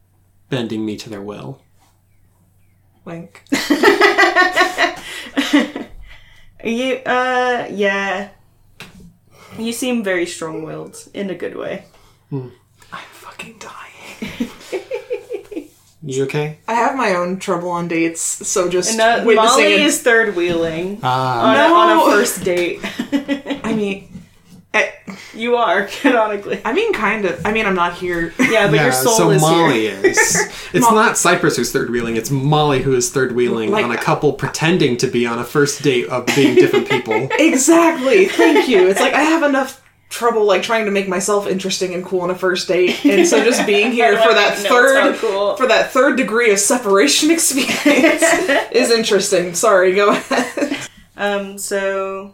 [SPEAKER 3] bending me to their will.
[SPEAKER 2] Wink.
[SPEAKER 1] You, uh, yeah. You seem very strong willed in a good way.
[SPEAKER 2] I'm fucking dying.
[SPEAKER 3] You okay?
[SPEAKER 2] I have my own trouble on dates, so just
[SPEAKER 1] And uh,
[SPEAKER 2] witnessing
[SPEAKER 1] Molly
[SPEAKER 2] it-
[SPEAKER 1] is third wheeling
[SPEAKER 3] Ah,
[SPEAKER 1] on, a, on
[SPEAKER 2] No.
[SPEAKER 1] a first date. *laughs*
[SPEAKER 2] I mean, I,
[SPEAKER 1] you are, canonically.
[SPEAKER 2] I mean, kind of. I mean, I'm not here. *laughs*
[SPEAKER 1] Yeah, but
[SPEAKER 3] yeah.
[SPEAKER 1] your soul
[SPEAKER 3] so
[SPEAKER 1] is
[SPEAKER 3] Molly
[SPEAKER 1] here.
[SPEAKER 3] is.
[SPEAKER 1] *laughs*
[SPEAKER 3] It's
[SPEAKER 2] Mo-
[SPEAKER 3] not Cypress who's third wheeling. It's Molly who is third wheeling
[SPEAKER 2] Like-
[SPEAKER 1] uh,
[SPEAKER 3] on a couple pretending to be on a first date of
[SPEAKER 1] *laughs*
[SPEAKER 3] being different people.
[SPEAKER 2] exactly. Thank you. It's like I have enough trouble like trying to make myself interesting and cool on a first date, and so just
[SPEAKER 1] *laughs*
[SPEAKER 2] being here for that
[SPEAKER 1] No, it's
[SPEAKER 2] third
[SPEAKER 1] not cool.
[SPEAKER 2] for that third degree of
[SPEAKER 1] *laughs*
[SPEAKER 2] separation *laughs* experience is interesting. Sorry, go ahead.
[SPEAKER 1] Um, so.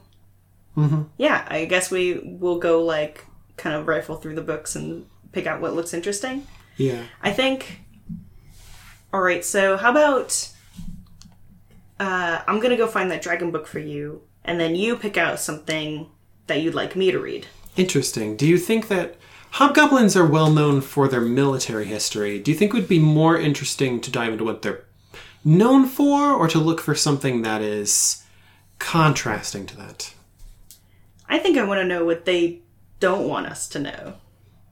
[SPEAKER 3] Mm-hmm.
[SPEAKER 1] Yeah, I guess we will go, like, kind of rifle through the books and pick out what looks interesting.
[SPEAKER 3] Yeah.
[SPEAKER 1] I think. All right, so how about uh, I'm gonna go find that dragon book for you, and then you pick out something that you'd like me to read.
[SPEAKER 3] Interesting. Do you think that hobgoblins are well known for their military history? Do you think it would be more interesting to dive into what they're known for or to look for something that is contrasting to that?
[SPEAKER 1] I think I want to know what they don't want us to know.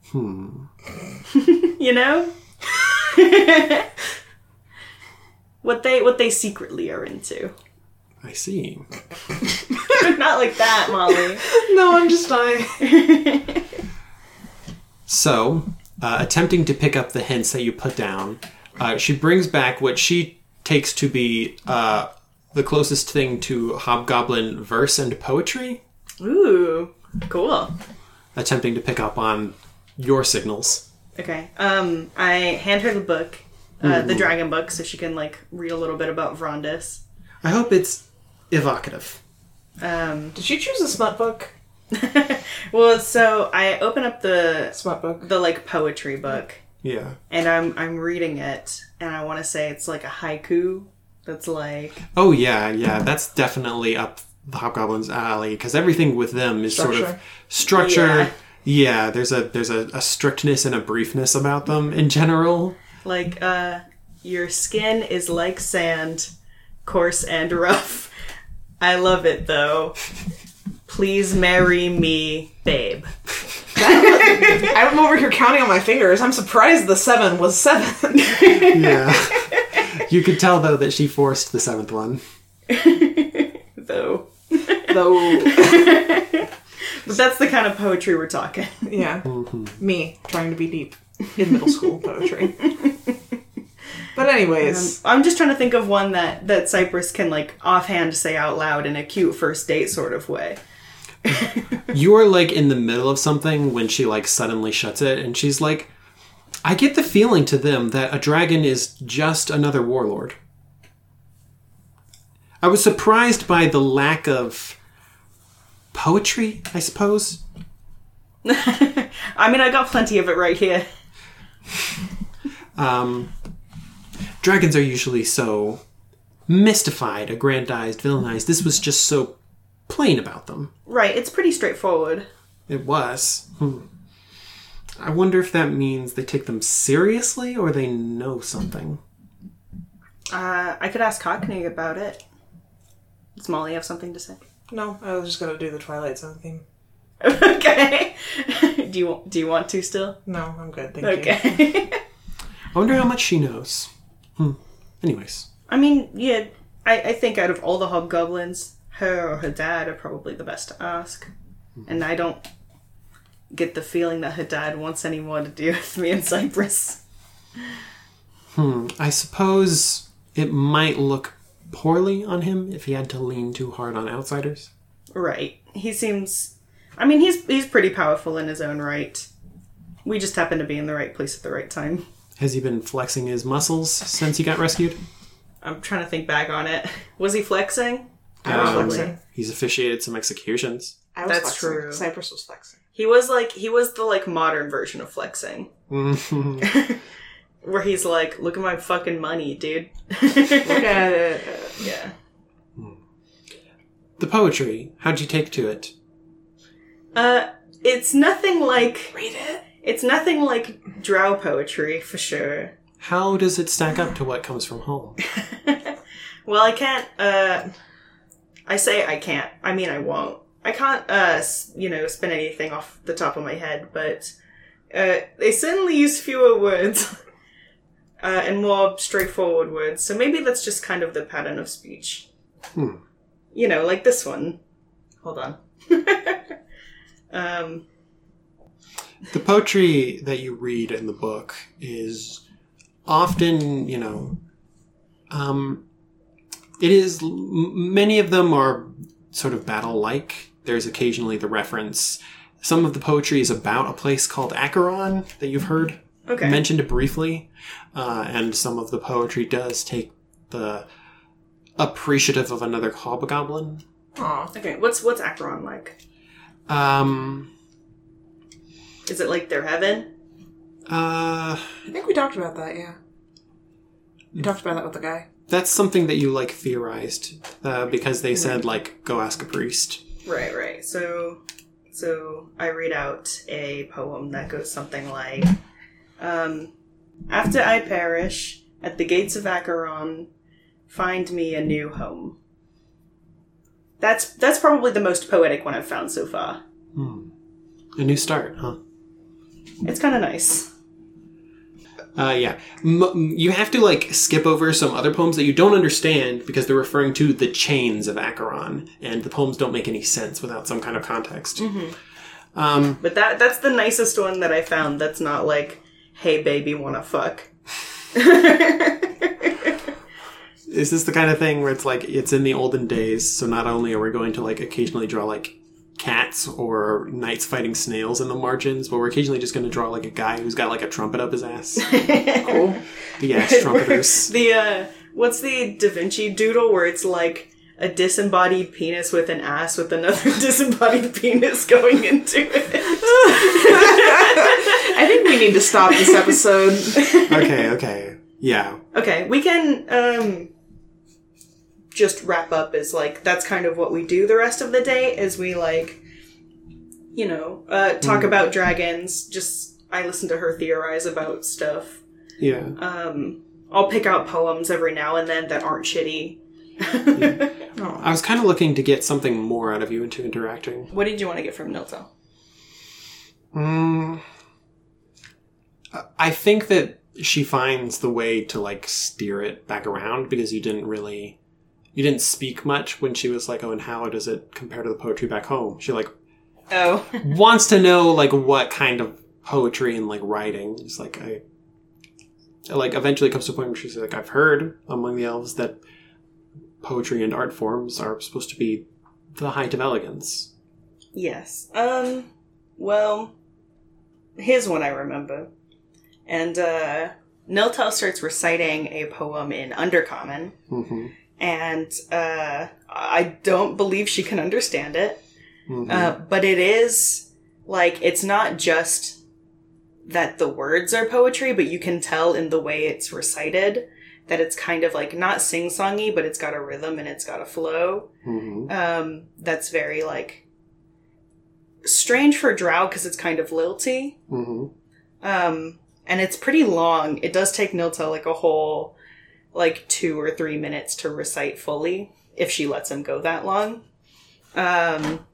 [SPEAKER 1] Hmm. *laughs* you know, *laughs* what they what they secretly are into. *laughs*
[SPEAKER 3] I see.
[SPEAKER 1] Not like that, Molly.
[SPEAKER 2] no, I'm just dying.
[SPEAKER 3] So, uh, attempting to pick up the hints that you put down, uh, she brings back what she takes to be uh, the closest thing to hobgoblin verse and poetry,
[SPEAKER 1] *laughs* Ooh, cool.
[SPEAKER 3] attempting to pick up on your signals.
[SPEAKER 1] Okay. Um, I hand her the book, uh, the dragon book, so she can like read a little bit about Vrondis.
[SPEAKER 3] I hope it's evocative.
[SPEAKER 1] Um,
[SPEAKER 2] Did you choose a smut book?
[SPEAKER 1] well, so I open up the
[SPEAKER 2] Smut book.
[SPEAKER 1] the like poetry book,
[SPEAKER 3] Yeah.
[SPEAKER 1] and I'm I'm reading it, and I want to say it's like a haiku. That's like
[SPEAKER 3] Oh yeah, yeah. That's definitely up the hobgoblins' alley because everything with them is sort of
[SPEAKER 2] Structure.
[SPEAKER 3] structure.
[SPEAKER 1] Yeah.
[SPEAKER 3] Yeah. there's a there's a, a strictness and a briefness about them in general.
[SPEAKER 1] like uh, your skin is like sand, coarse and rough. I love it though. Please marry me, babe.
[SPEAKER 2] I'm over here counting on my fingers. I'm surprised the seven was
[SPEAKER 1] *laughs*
[SPEAKER 2] seven.
[SPEAKER 3] Yeah. *laughs* you could tell though that she forced the seventh one.
[SPEAKER 1] Though,
[SPEAKER 2] Though,
[SPEAKER 1] but that's the kind of poetry we're talking.
[SPEAKER 2] yeah, me trying to be deep in middle school
[SPEAKER 1] *laughs*
[SPEAKER 2] poetry. But anyways,
[SPEAKER 1] I'm just trying to think of one that that Cypress can like offhand say out loud in a cute first date sort of way.
[SPEAKER 3] You are like in the middle of something when she like suddenly shuts it, and she's like, "I get the feeling to them that a dragon is just another warlord." I was surprised by the lack of poetry, I suppose.
[SPEAKER 1] I mean, I got plenty of it right here.
[SPEAKER 3] Dragons are usually so mystified, aggrandized, villainized. This was just so plain about them.
[SPEAKER 1] Right, it's pretty straightforward.
[SPEAKER 3] It was. Hmm. I wonder if that means they take them seriously or they know something.
[SPEAKER 1] Uh, I could ask Cockney about it. Does Molly have something to say? *laughs*
[SPEAKER 2] no, I was just gonna do the Twilight Zone theme.
[SPEAKER 1] okay. *laughs* do you do you want to still?
[SPEAKER 2] No, I'm good. Thank you.
[SPEAKER 1] Okay. *laughs*
[SPEAKER 3] I wonder how much she knows. Hmm. Anyways,
[SPEAKER 1] I mean, yeah. I, I think out of all the hobgoblins, her or her dad are probably the best to ask. And I don't get the feeling that her dad wants any more to do with me and Cyprus.
[SPEAKER 3] I suppose it might look poorly on him if he had to lean too hard on outsiders.
[SPEAKER 1] Right. He seems. I mean, he's he's pretty powerful in his own right. We just happen to be in the right place at the right time.
[SPEAKER 3] Has he been flexing his muscles since he got rescued?
[SPEAKER 1] I'm trying to think back on it. Was he flexing?
[SPEAKER 2] I was
[SPEAKER 3] Um,
[SPEAKER 2] flexing.
[SPEAKER 3] He's officiated some executions.
[SPEAKER 2] I was
[SPEAKER 1] That's
[SPEAKER 2] flexing.
[SPEAKER 1] true.
[SPEAKER 2] Cypress was *laughs* flexing.
[SPEAKER 1] He was like he was the like modern version of flexing,
[SPEAKER 3] Hmm.
[SPEAKER 1] where he's like, "Look at my fucking money, dude."
[SPEAKER 2] Okay.
[SPEAKER 1] *laughs* yeah.
[SPEAKER 3] *laughs* the poetry, how'd you take to it?
[SPEAKER 1] Uh, it's nothing like
[SPEAKER 2] Read it.
[SPEAKER 1] it's nothing like drow poetry for sure.
[SPEAKER 3] How does it stack up to what comes from home?
[SPEAKER 1] *laughs* Well, I can't. Uh, I say I can't. I mean, I won't. I can't. Uh, s- you know, spin anything off the top of my head, but uh, they certainly use fewer words *laughs* uh, and more straightforward words. So maybe that's just kind of the pattern of speech.
[SPEAKER 3] Hmm.
[SPEAKER 1] You know, like this one. Hold on. *laughs* um,
[SPEAKER 3] The poetry that you read in the book is often, you know, um, it is m- many of them are sort of battle-like. There's occasionally the reference. Some of the poetry is about a place called Acheron that you've heard.
[SPEAKER 1] okay.
[SPEAKER 3] mentioned briefly, uh, and some of the poetry does take the appreciative of another hobgoblin.
[SPEAKER 2] Aw.
[SPEAKER 1] okay. What's what's Acheron like?
[SPEAKER 3] Um,
[SPEAKER 1] Is it like their heaven?
[SPEAKER 3] uh,
[SPEAKER 2] I think we talked about that, yeah. We talked about that with the guy.
[SPEAKER 3] that's something that you like theorized uh, because they said like go ask a priest.
[SPEAKER 1] Right, right. So, so I read out a poem that goes something like, um, "After I perish at the gates of Acheron, find me a new home." That's that's probably the most poetic one I've found so far.
[SPEAKER 3] Hmm. A new start, huh?
[SPEAKER 1] It's kind of nice.
[SPEAKER 3] Uh, yeah, M- m- you have to like skip over some other poems that you don't understand because they're referring to the chains of Acheron, and the poems don't make any sense without some kind of context. Um,
[SPEAKER 1] But that that's the nicest one that I found. That's not like, "Hey, baby, wanna fuck." *laughs*
[SPEAKER 3] is this the kind of thing where it's like it's in the olden days so not only are we going to like occasionally draw like cats or knights fighting snails in the margins but we're occasionally just going to draw like a guy who's got like a trumpet up his ass
[SPEAKER 2] Cool.
[SPEAKER 3] the ass trumpeters
[SPEAKER 1] the uh what's the Da Vinci doodle where it's like a disembodied penis with an ass with another *laughs* disembodied penis going into it.
[SPEAKER 2] I think we need to stop this episode.
[SPEAKER 3] *laughs* okay okay yeah
[SPEAKER 1] *laughs* okay, we can um just wrap up as like that's kind of what we do the rest of the day is we like you know, uh talk
[SPEAKER 2] Mm.
[SPEAKER 1] about dragons, just I listen to her theorize about stuff.
[SPEAKER 3] yeah
[SPEAKER 1] Um I'll pick out poems every now and then that aren't shitty.
[SPEAKER 3] i was kind of looking to get something more out of you into interacting
[SPEAKER 1] What did you want to get from Niltel?
[SPEAKER 3] Mm. I- I think that she finds the way to like steer it back around because you didn't really you didn't speak much when she was like, "Oh, and how does it compare to the poetry back home?" She like
[SPEAKER 1] Oh. *laughs*
[SPEAKER 3] wants to know like what kind of poetry and like writing is like I like eventually comes to a point where she's like, "I've heard among the elves that poetry and art forms are supposed to be the height of elegance."
[SPEAKER 1] Yes. Um well here's one I remember. And uh Niltel starts reciting a poem in Undercommon,
[SPEAKER 3] Mm-hmm.
[SPEAKER 1] and uh I don't believe she can understand it.
[SPEAKER 3] hmm
[SPEAKER 1] Uh, but it is like it's not just that the words are poetry, but you can tell in the way it's recited that it's kind of like not sing songy, but it's got a rhythm and it's got a flow.
[SPEAKER 3] hmm
[SPEAKER 1] um, that's very like strange for drow because it's kind of lilty
[SPEAKER 3] hmm
[SPEAKER 1] um, and it's pretty long it does take nilta like a whole like two or three minutes to recite fully if she lets him go that long um,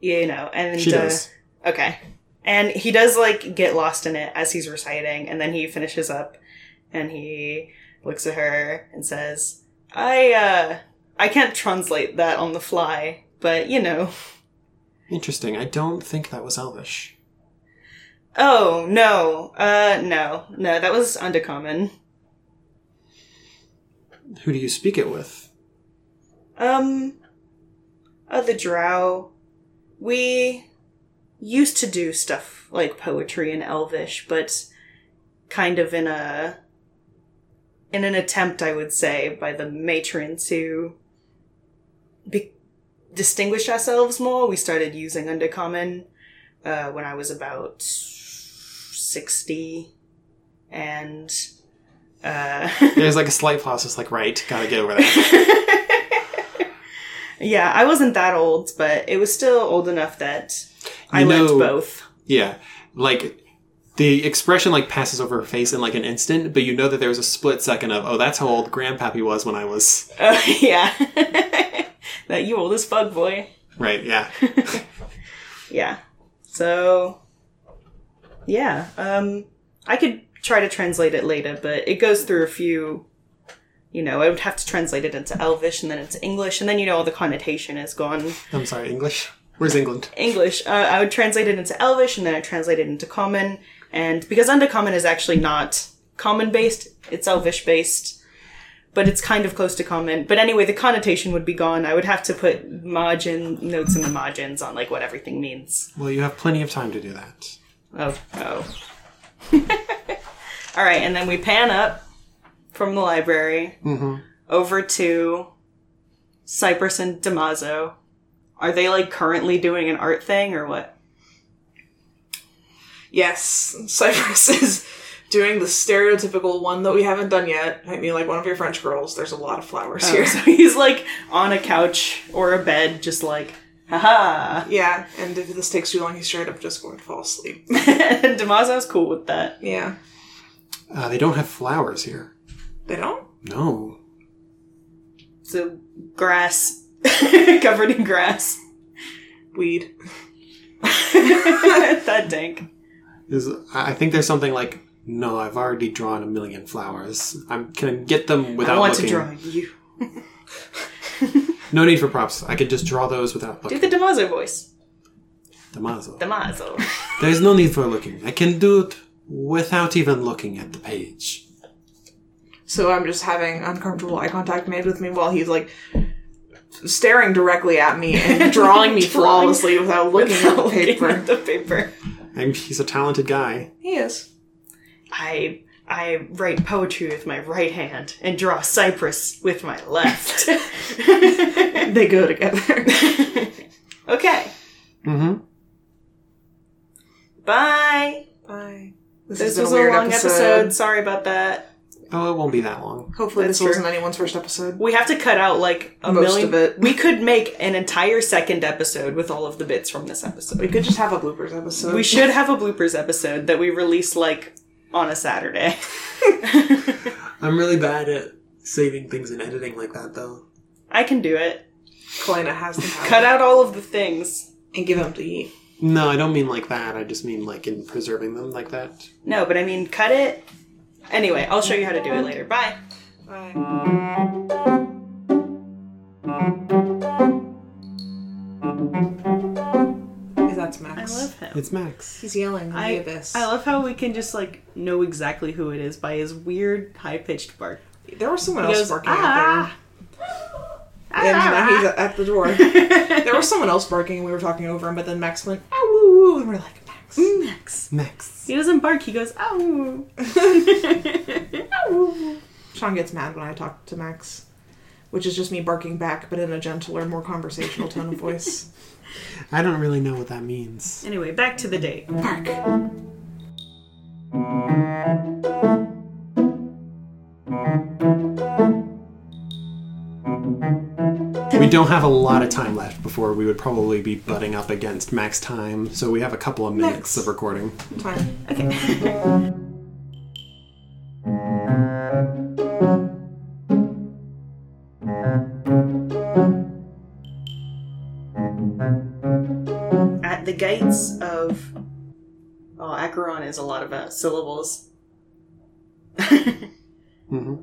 [SPEAKER 1] you know and
[SPEAKER 3] She
[SPEAKER 1] uh,
[SPEAKER 3] does.
[SPEAKER 1] Okay. And he does like get lost in it as he's reciting, and then he finishes up and he looks at her and says, I uh I can't translate that on the fly, but you know.
[SPEAKER 3] Interesting. I don't think that was Elvish.
[SPEAKER 1] Oh no, uh no, no, that was undercommon.
[SPEAKER 3] Who do you speak it with?
[SPEAKER 1] Um uh the drow. We used to do stuff like poetry and elvish, but kind of in a in an attempt, I would say, by the matron to be- distinguish ourselves more. We started using undercommon uh, when I was about sixty, and uh, *laughs*
[SPEAKER 3] There's like a slight pause. It's like, right, gotta get over that.
[SPEAKER 1] *laughs* yeah, I wasn't that old, but it was still old enough that I
[SPEAKER 3] You
[SPEAKER 1] *laughs* learned
[SPEAKER 3] know-
[SPEAKER 1] both.
[SPEAKER 3] yeah, like the expression like passes over her face in like an instant, but you know that there was a split second of, oh, that's how old Grandpappy was when I was. *laughs*
[SPEAKER 1] Uh, yeah. *laughs* that you old as fuck boy.
[SPEAKER 3] Right, yeah.
[SPEAKER 1] Yeah. So yeah, um I could try to translate it later, but it goes through a few you know, I would have to translate it into Elvish and then into English and then you know all the connotation is gone.
[SPEAKER 3] I'm sorry, English? Where's England?
[SPEAKER 1] English. Uh, I would translate it into Elvish and then I translate it into Common. And because Undercommon is actually not Common based, it's Elvish based, but it's kind of close to Common. But anyway, the connotation would be gone. I would have to put margin notes in the margins on like what everything means.
[SPEAKER 3] Well, you have plenty of time to do that.
[SPEAKER 1] Oh, oh. *laughs* All right, and then we pan up from the library over to Cypress and Damaso. Are they like currently doing an art thing or what?
[SPEAKER 2] Yes, Cypress *laughs* is doing the stereotypical one that we haven't done yet. I mean, like one of your French girls. There's a lot of *laughs* flowers here.
[SPEAKER 1] So *laughs* he's like on a couch or a bed, just like, haha. *laughs*
[SPEAKER 2] Yeah, and if this takes too long, he's straight up just going to fall asleep. *laughs*
[SPEAKER 1] and Damaso's cool with that.
[SPEAKER 2] yeah,
[SPEAKER 3] Uh, they don't have flowers here.
[SPEAKER 2] they don't.
[SPEAKER 3] No.
[SPEAKER 1] So grass, *laughs* covered in grass. *laughs*
[SPEAKER 2] Weed.
[SPEAKER 1] that dank.
[SPEAKER 3] Is I I think there's something like, no, I've already drawn a million flowers. I'm can I get them without
[SPEAKER 1] I want
[SPEAKER 3] looking.
[SPEAKER 1] to draw you.
[SPEAKER 3] No need for props. I can just draw those without
[SPEAKER 1] Do
[SPEAKER 3] looking.
[SPEAKER 1] the Damaso voice.
[SPEAKER 3] Damaso.
[SPEAKER 2] *laughs*
[SPEAKER 1] Damaso.
[SPEAKER 3] There's no need for looking. I can do it without even looking at the page.
[SPEAKER 2] So I'm just having uncomfortable eye contact made with me while he's like staring directly at
[SPEAKER 1] *laughs*
[SPEAKER 2] me and drawing me flawlessly without looking at the
[SPEAKER 1] Looking
[SPEAKER 2] paper.
[SPEAKER 1] at the paper.
[SPEAKER 3] And he's a talented guy.
[SPEAKER 2] He is.
[SPEAKER 1] I I write poetry with my right hand and draw cypress with my
[SPEAKER 2] *laughs*
[SPEAKER 1] left. *laughs*
[SPEAKER 2] They go together.
[SPEAKER 1] okay.
[SPEAKER 3] Mm-hmm.
[SPEAKER 1] Bye.
[SPEAKER 2] Bye.
[SPEAKER 1] This
[SPEAKER 2] has been
[SPEAKER 1] was a,
[SPEAKER 2] weird
[SPEAKER 1] long episode. Sorry about that.
[SPEAKER 3] Oh, it won't be that long.
[SPEAKER 2] Hopefully,
[SPEAKER 1] That's
[SPEAKER 2] this wasn't
[SPEAKER 1] true.
[SPEAKER 2] anyone's first episode.
[SPEAKER 1] We have to cut out like a
[SPEAKER 2] Most
[SPEAKER 1] million.
[SPEAKER 2] of it.
[SPEAKER 1] We could make an entire second episode with all of the bits from this episode.
[SPEAKER 2] We could just have a bloopers episode.
[SPEAKER 1] We should have a bloopers episode that we release like on a Saturday. *laughs*
[SPEAKER 3] I'm really bad at saving things and editing like that, though.
[SPEAKER 1] I can do it. *laughs*
[SPEAKER 2] Kalina has them out
[SPEAKER 1] Cut out all of the things.
[SPEAKER 2] and give them to eat.
[SPEAKER 3] No, I don't mean like that. I just mean like in preserving them like that.
[SPEAKER 1] No, but I mean, cut it. Anyway, I'll show you how to do it later. Bye.
[SPEAKER 2] Bye. That's Max.
[SPEAKER 1] him.
[SPEAKER 3] It's Max.
[SPEAKER 2] He's yelling in
[SPEAKER 1] I,
[SPEAKER 2] the abyss.
[SPEAKER 1] I love how we can just like know exactly who it is by his weird high pitched bark.
[SPEAKER 2] there was someone
[SPEAKER 1] He
[SPEAKER 2] else
[SPEAKER 1] goes,
[SPEAKER 2] barking out Ah!
[SPEAKER 1] "Ah."
[SPEAKER 2] there. And now he's at the door. *laughs* there was someone else barking and we were talking over him, but then Max went, ah, woo, woo, and we're like, Max.
[SPEAKER 1] Max.
[SPEAKER 3] Max.
[SPEAKER 1] He doesn't bark, he goes, ow.
[SPEAKER 2] Sean gets mad when I talk to Max, which is just me barking back, but in a gentler, more conversational tone
[SPEAKER 1] *laughs*
[SPEAKER 2] of voice.
[SPEAKER 3] I don't really know what that means.
[SPEAKER 1] Anyway, back to the date.
[SPEAKER 2] Bark.
[SPEAKER 3] We don't have a lot of time left before we would probably be butting up against max time, so we have a couple of
[SPEAKER 2] Max.
[SPEAKER 3] minutes of recording.
[SPEAKER 2] Fine.
[SPEAKER 1] *laughs* At the gates of. Oh, Acheron is a lot of uh, syllables. *laughs*
[SPEAKER 3] hmm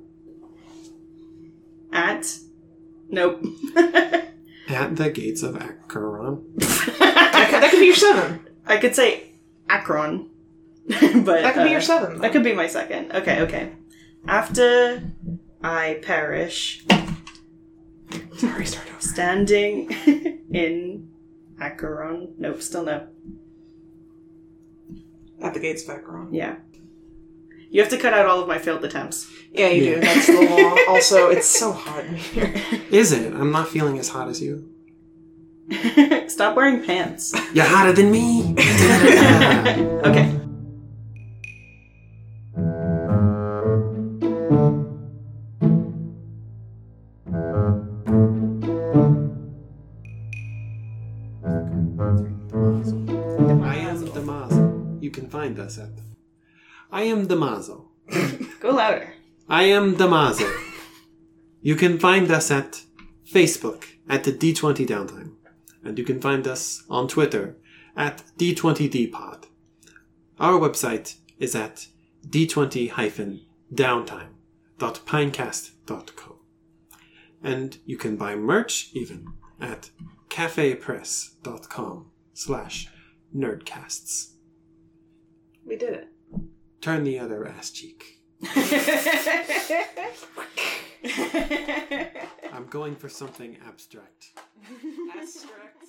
[SPEAKER 1] At. Nope. *laughs*
[SPEAKER 3] At the gates of Acheron.
[SPEAKER 2] That could, that could be your seven.
[SPEAKER 1] I could say Akron, *laughs* but
[SPEAKER 2] That could be
[SPEAKER 1] uh,
[SPEAKER 2] your seven.
[SPEAKER 1] That could be my second. Okay, okay. After I perish,
[SPEAKER 2] Sorry, start over.
[SPEAKER 1] standing *laughs* in Acheron. Nope, still no.
[SPEAKER 2] At the gates back wrong.
[SPEAKER 1] Yeah. You have to cut out all of my failed attempts. *laughs*
[SPEAKER 2] Yeah, you
[SPEAKER 3] Yeah.
[SPEAKER 2] do. That's the law. Also, it's so hot in here.
[SPEAKER 3] Is it? I'm not feeling as hot as you.
[SPEAKER 1] Stop wearing pants. *laughs*
[SPEAKER 3] You're hotter than *laughs* me!
[SPEAKER 1] Okay.
[SPEAKER 3] I am Damas. You can find us at I am Damazo.
[SPEAKER 1] Go louder. *laughs*
[SPEAKER 3] I am Damazo. you can find us at Facebook at the D20 Downtime, and you can find us on Twitter at D20DPod. Our website is at d20-downtime.pinecast.co. And you can buy merch even at cafepress.com slash nerdcasts.
[SPEAKER 1] We did it.
[SPEAKER 3] Turn the other ass cheek. I'm going for something abstract.
[SPEAKER 2] That's correct.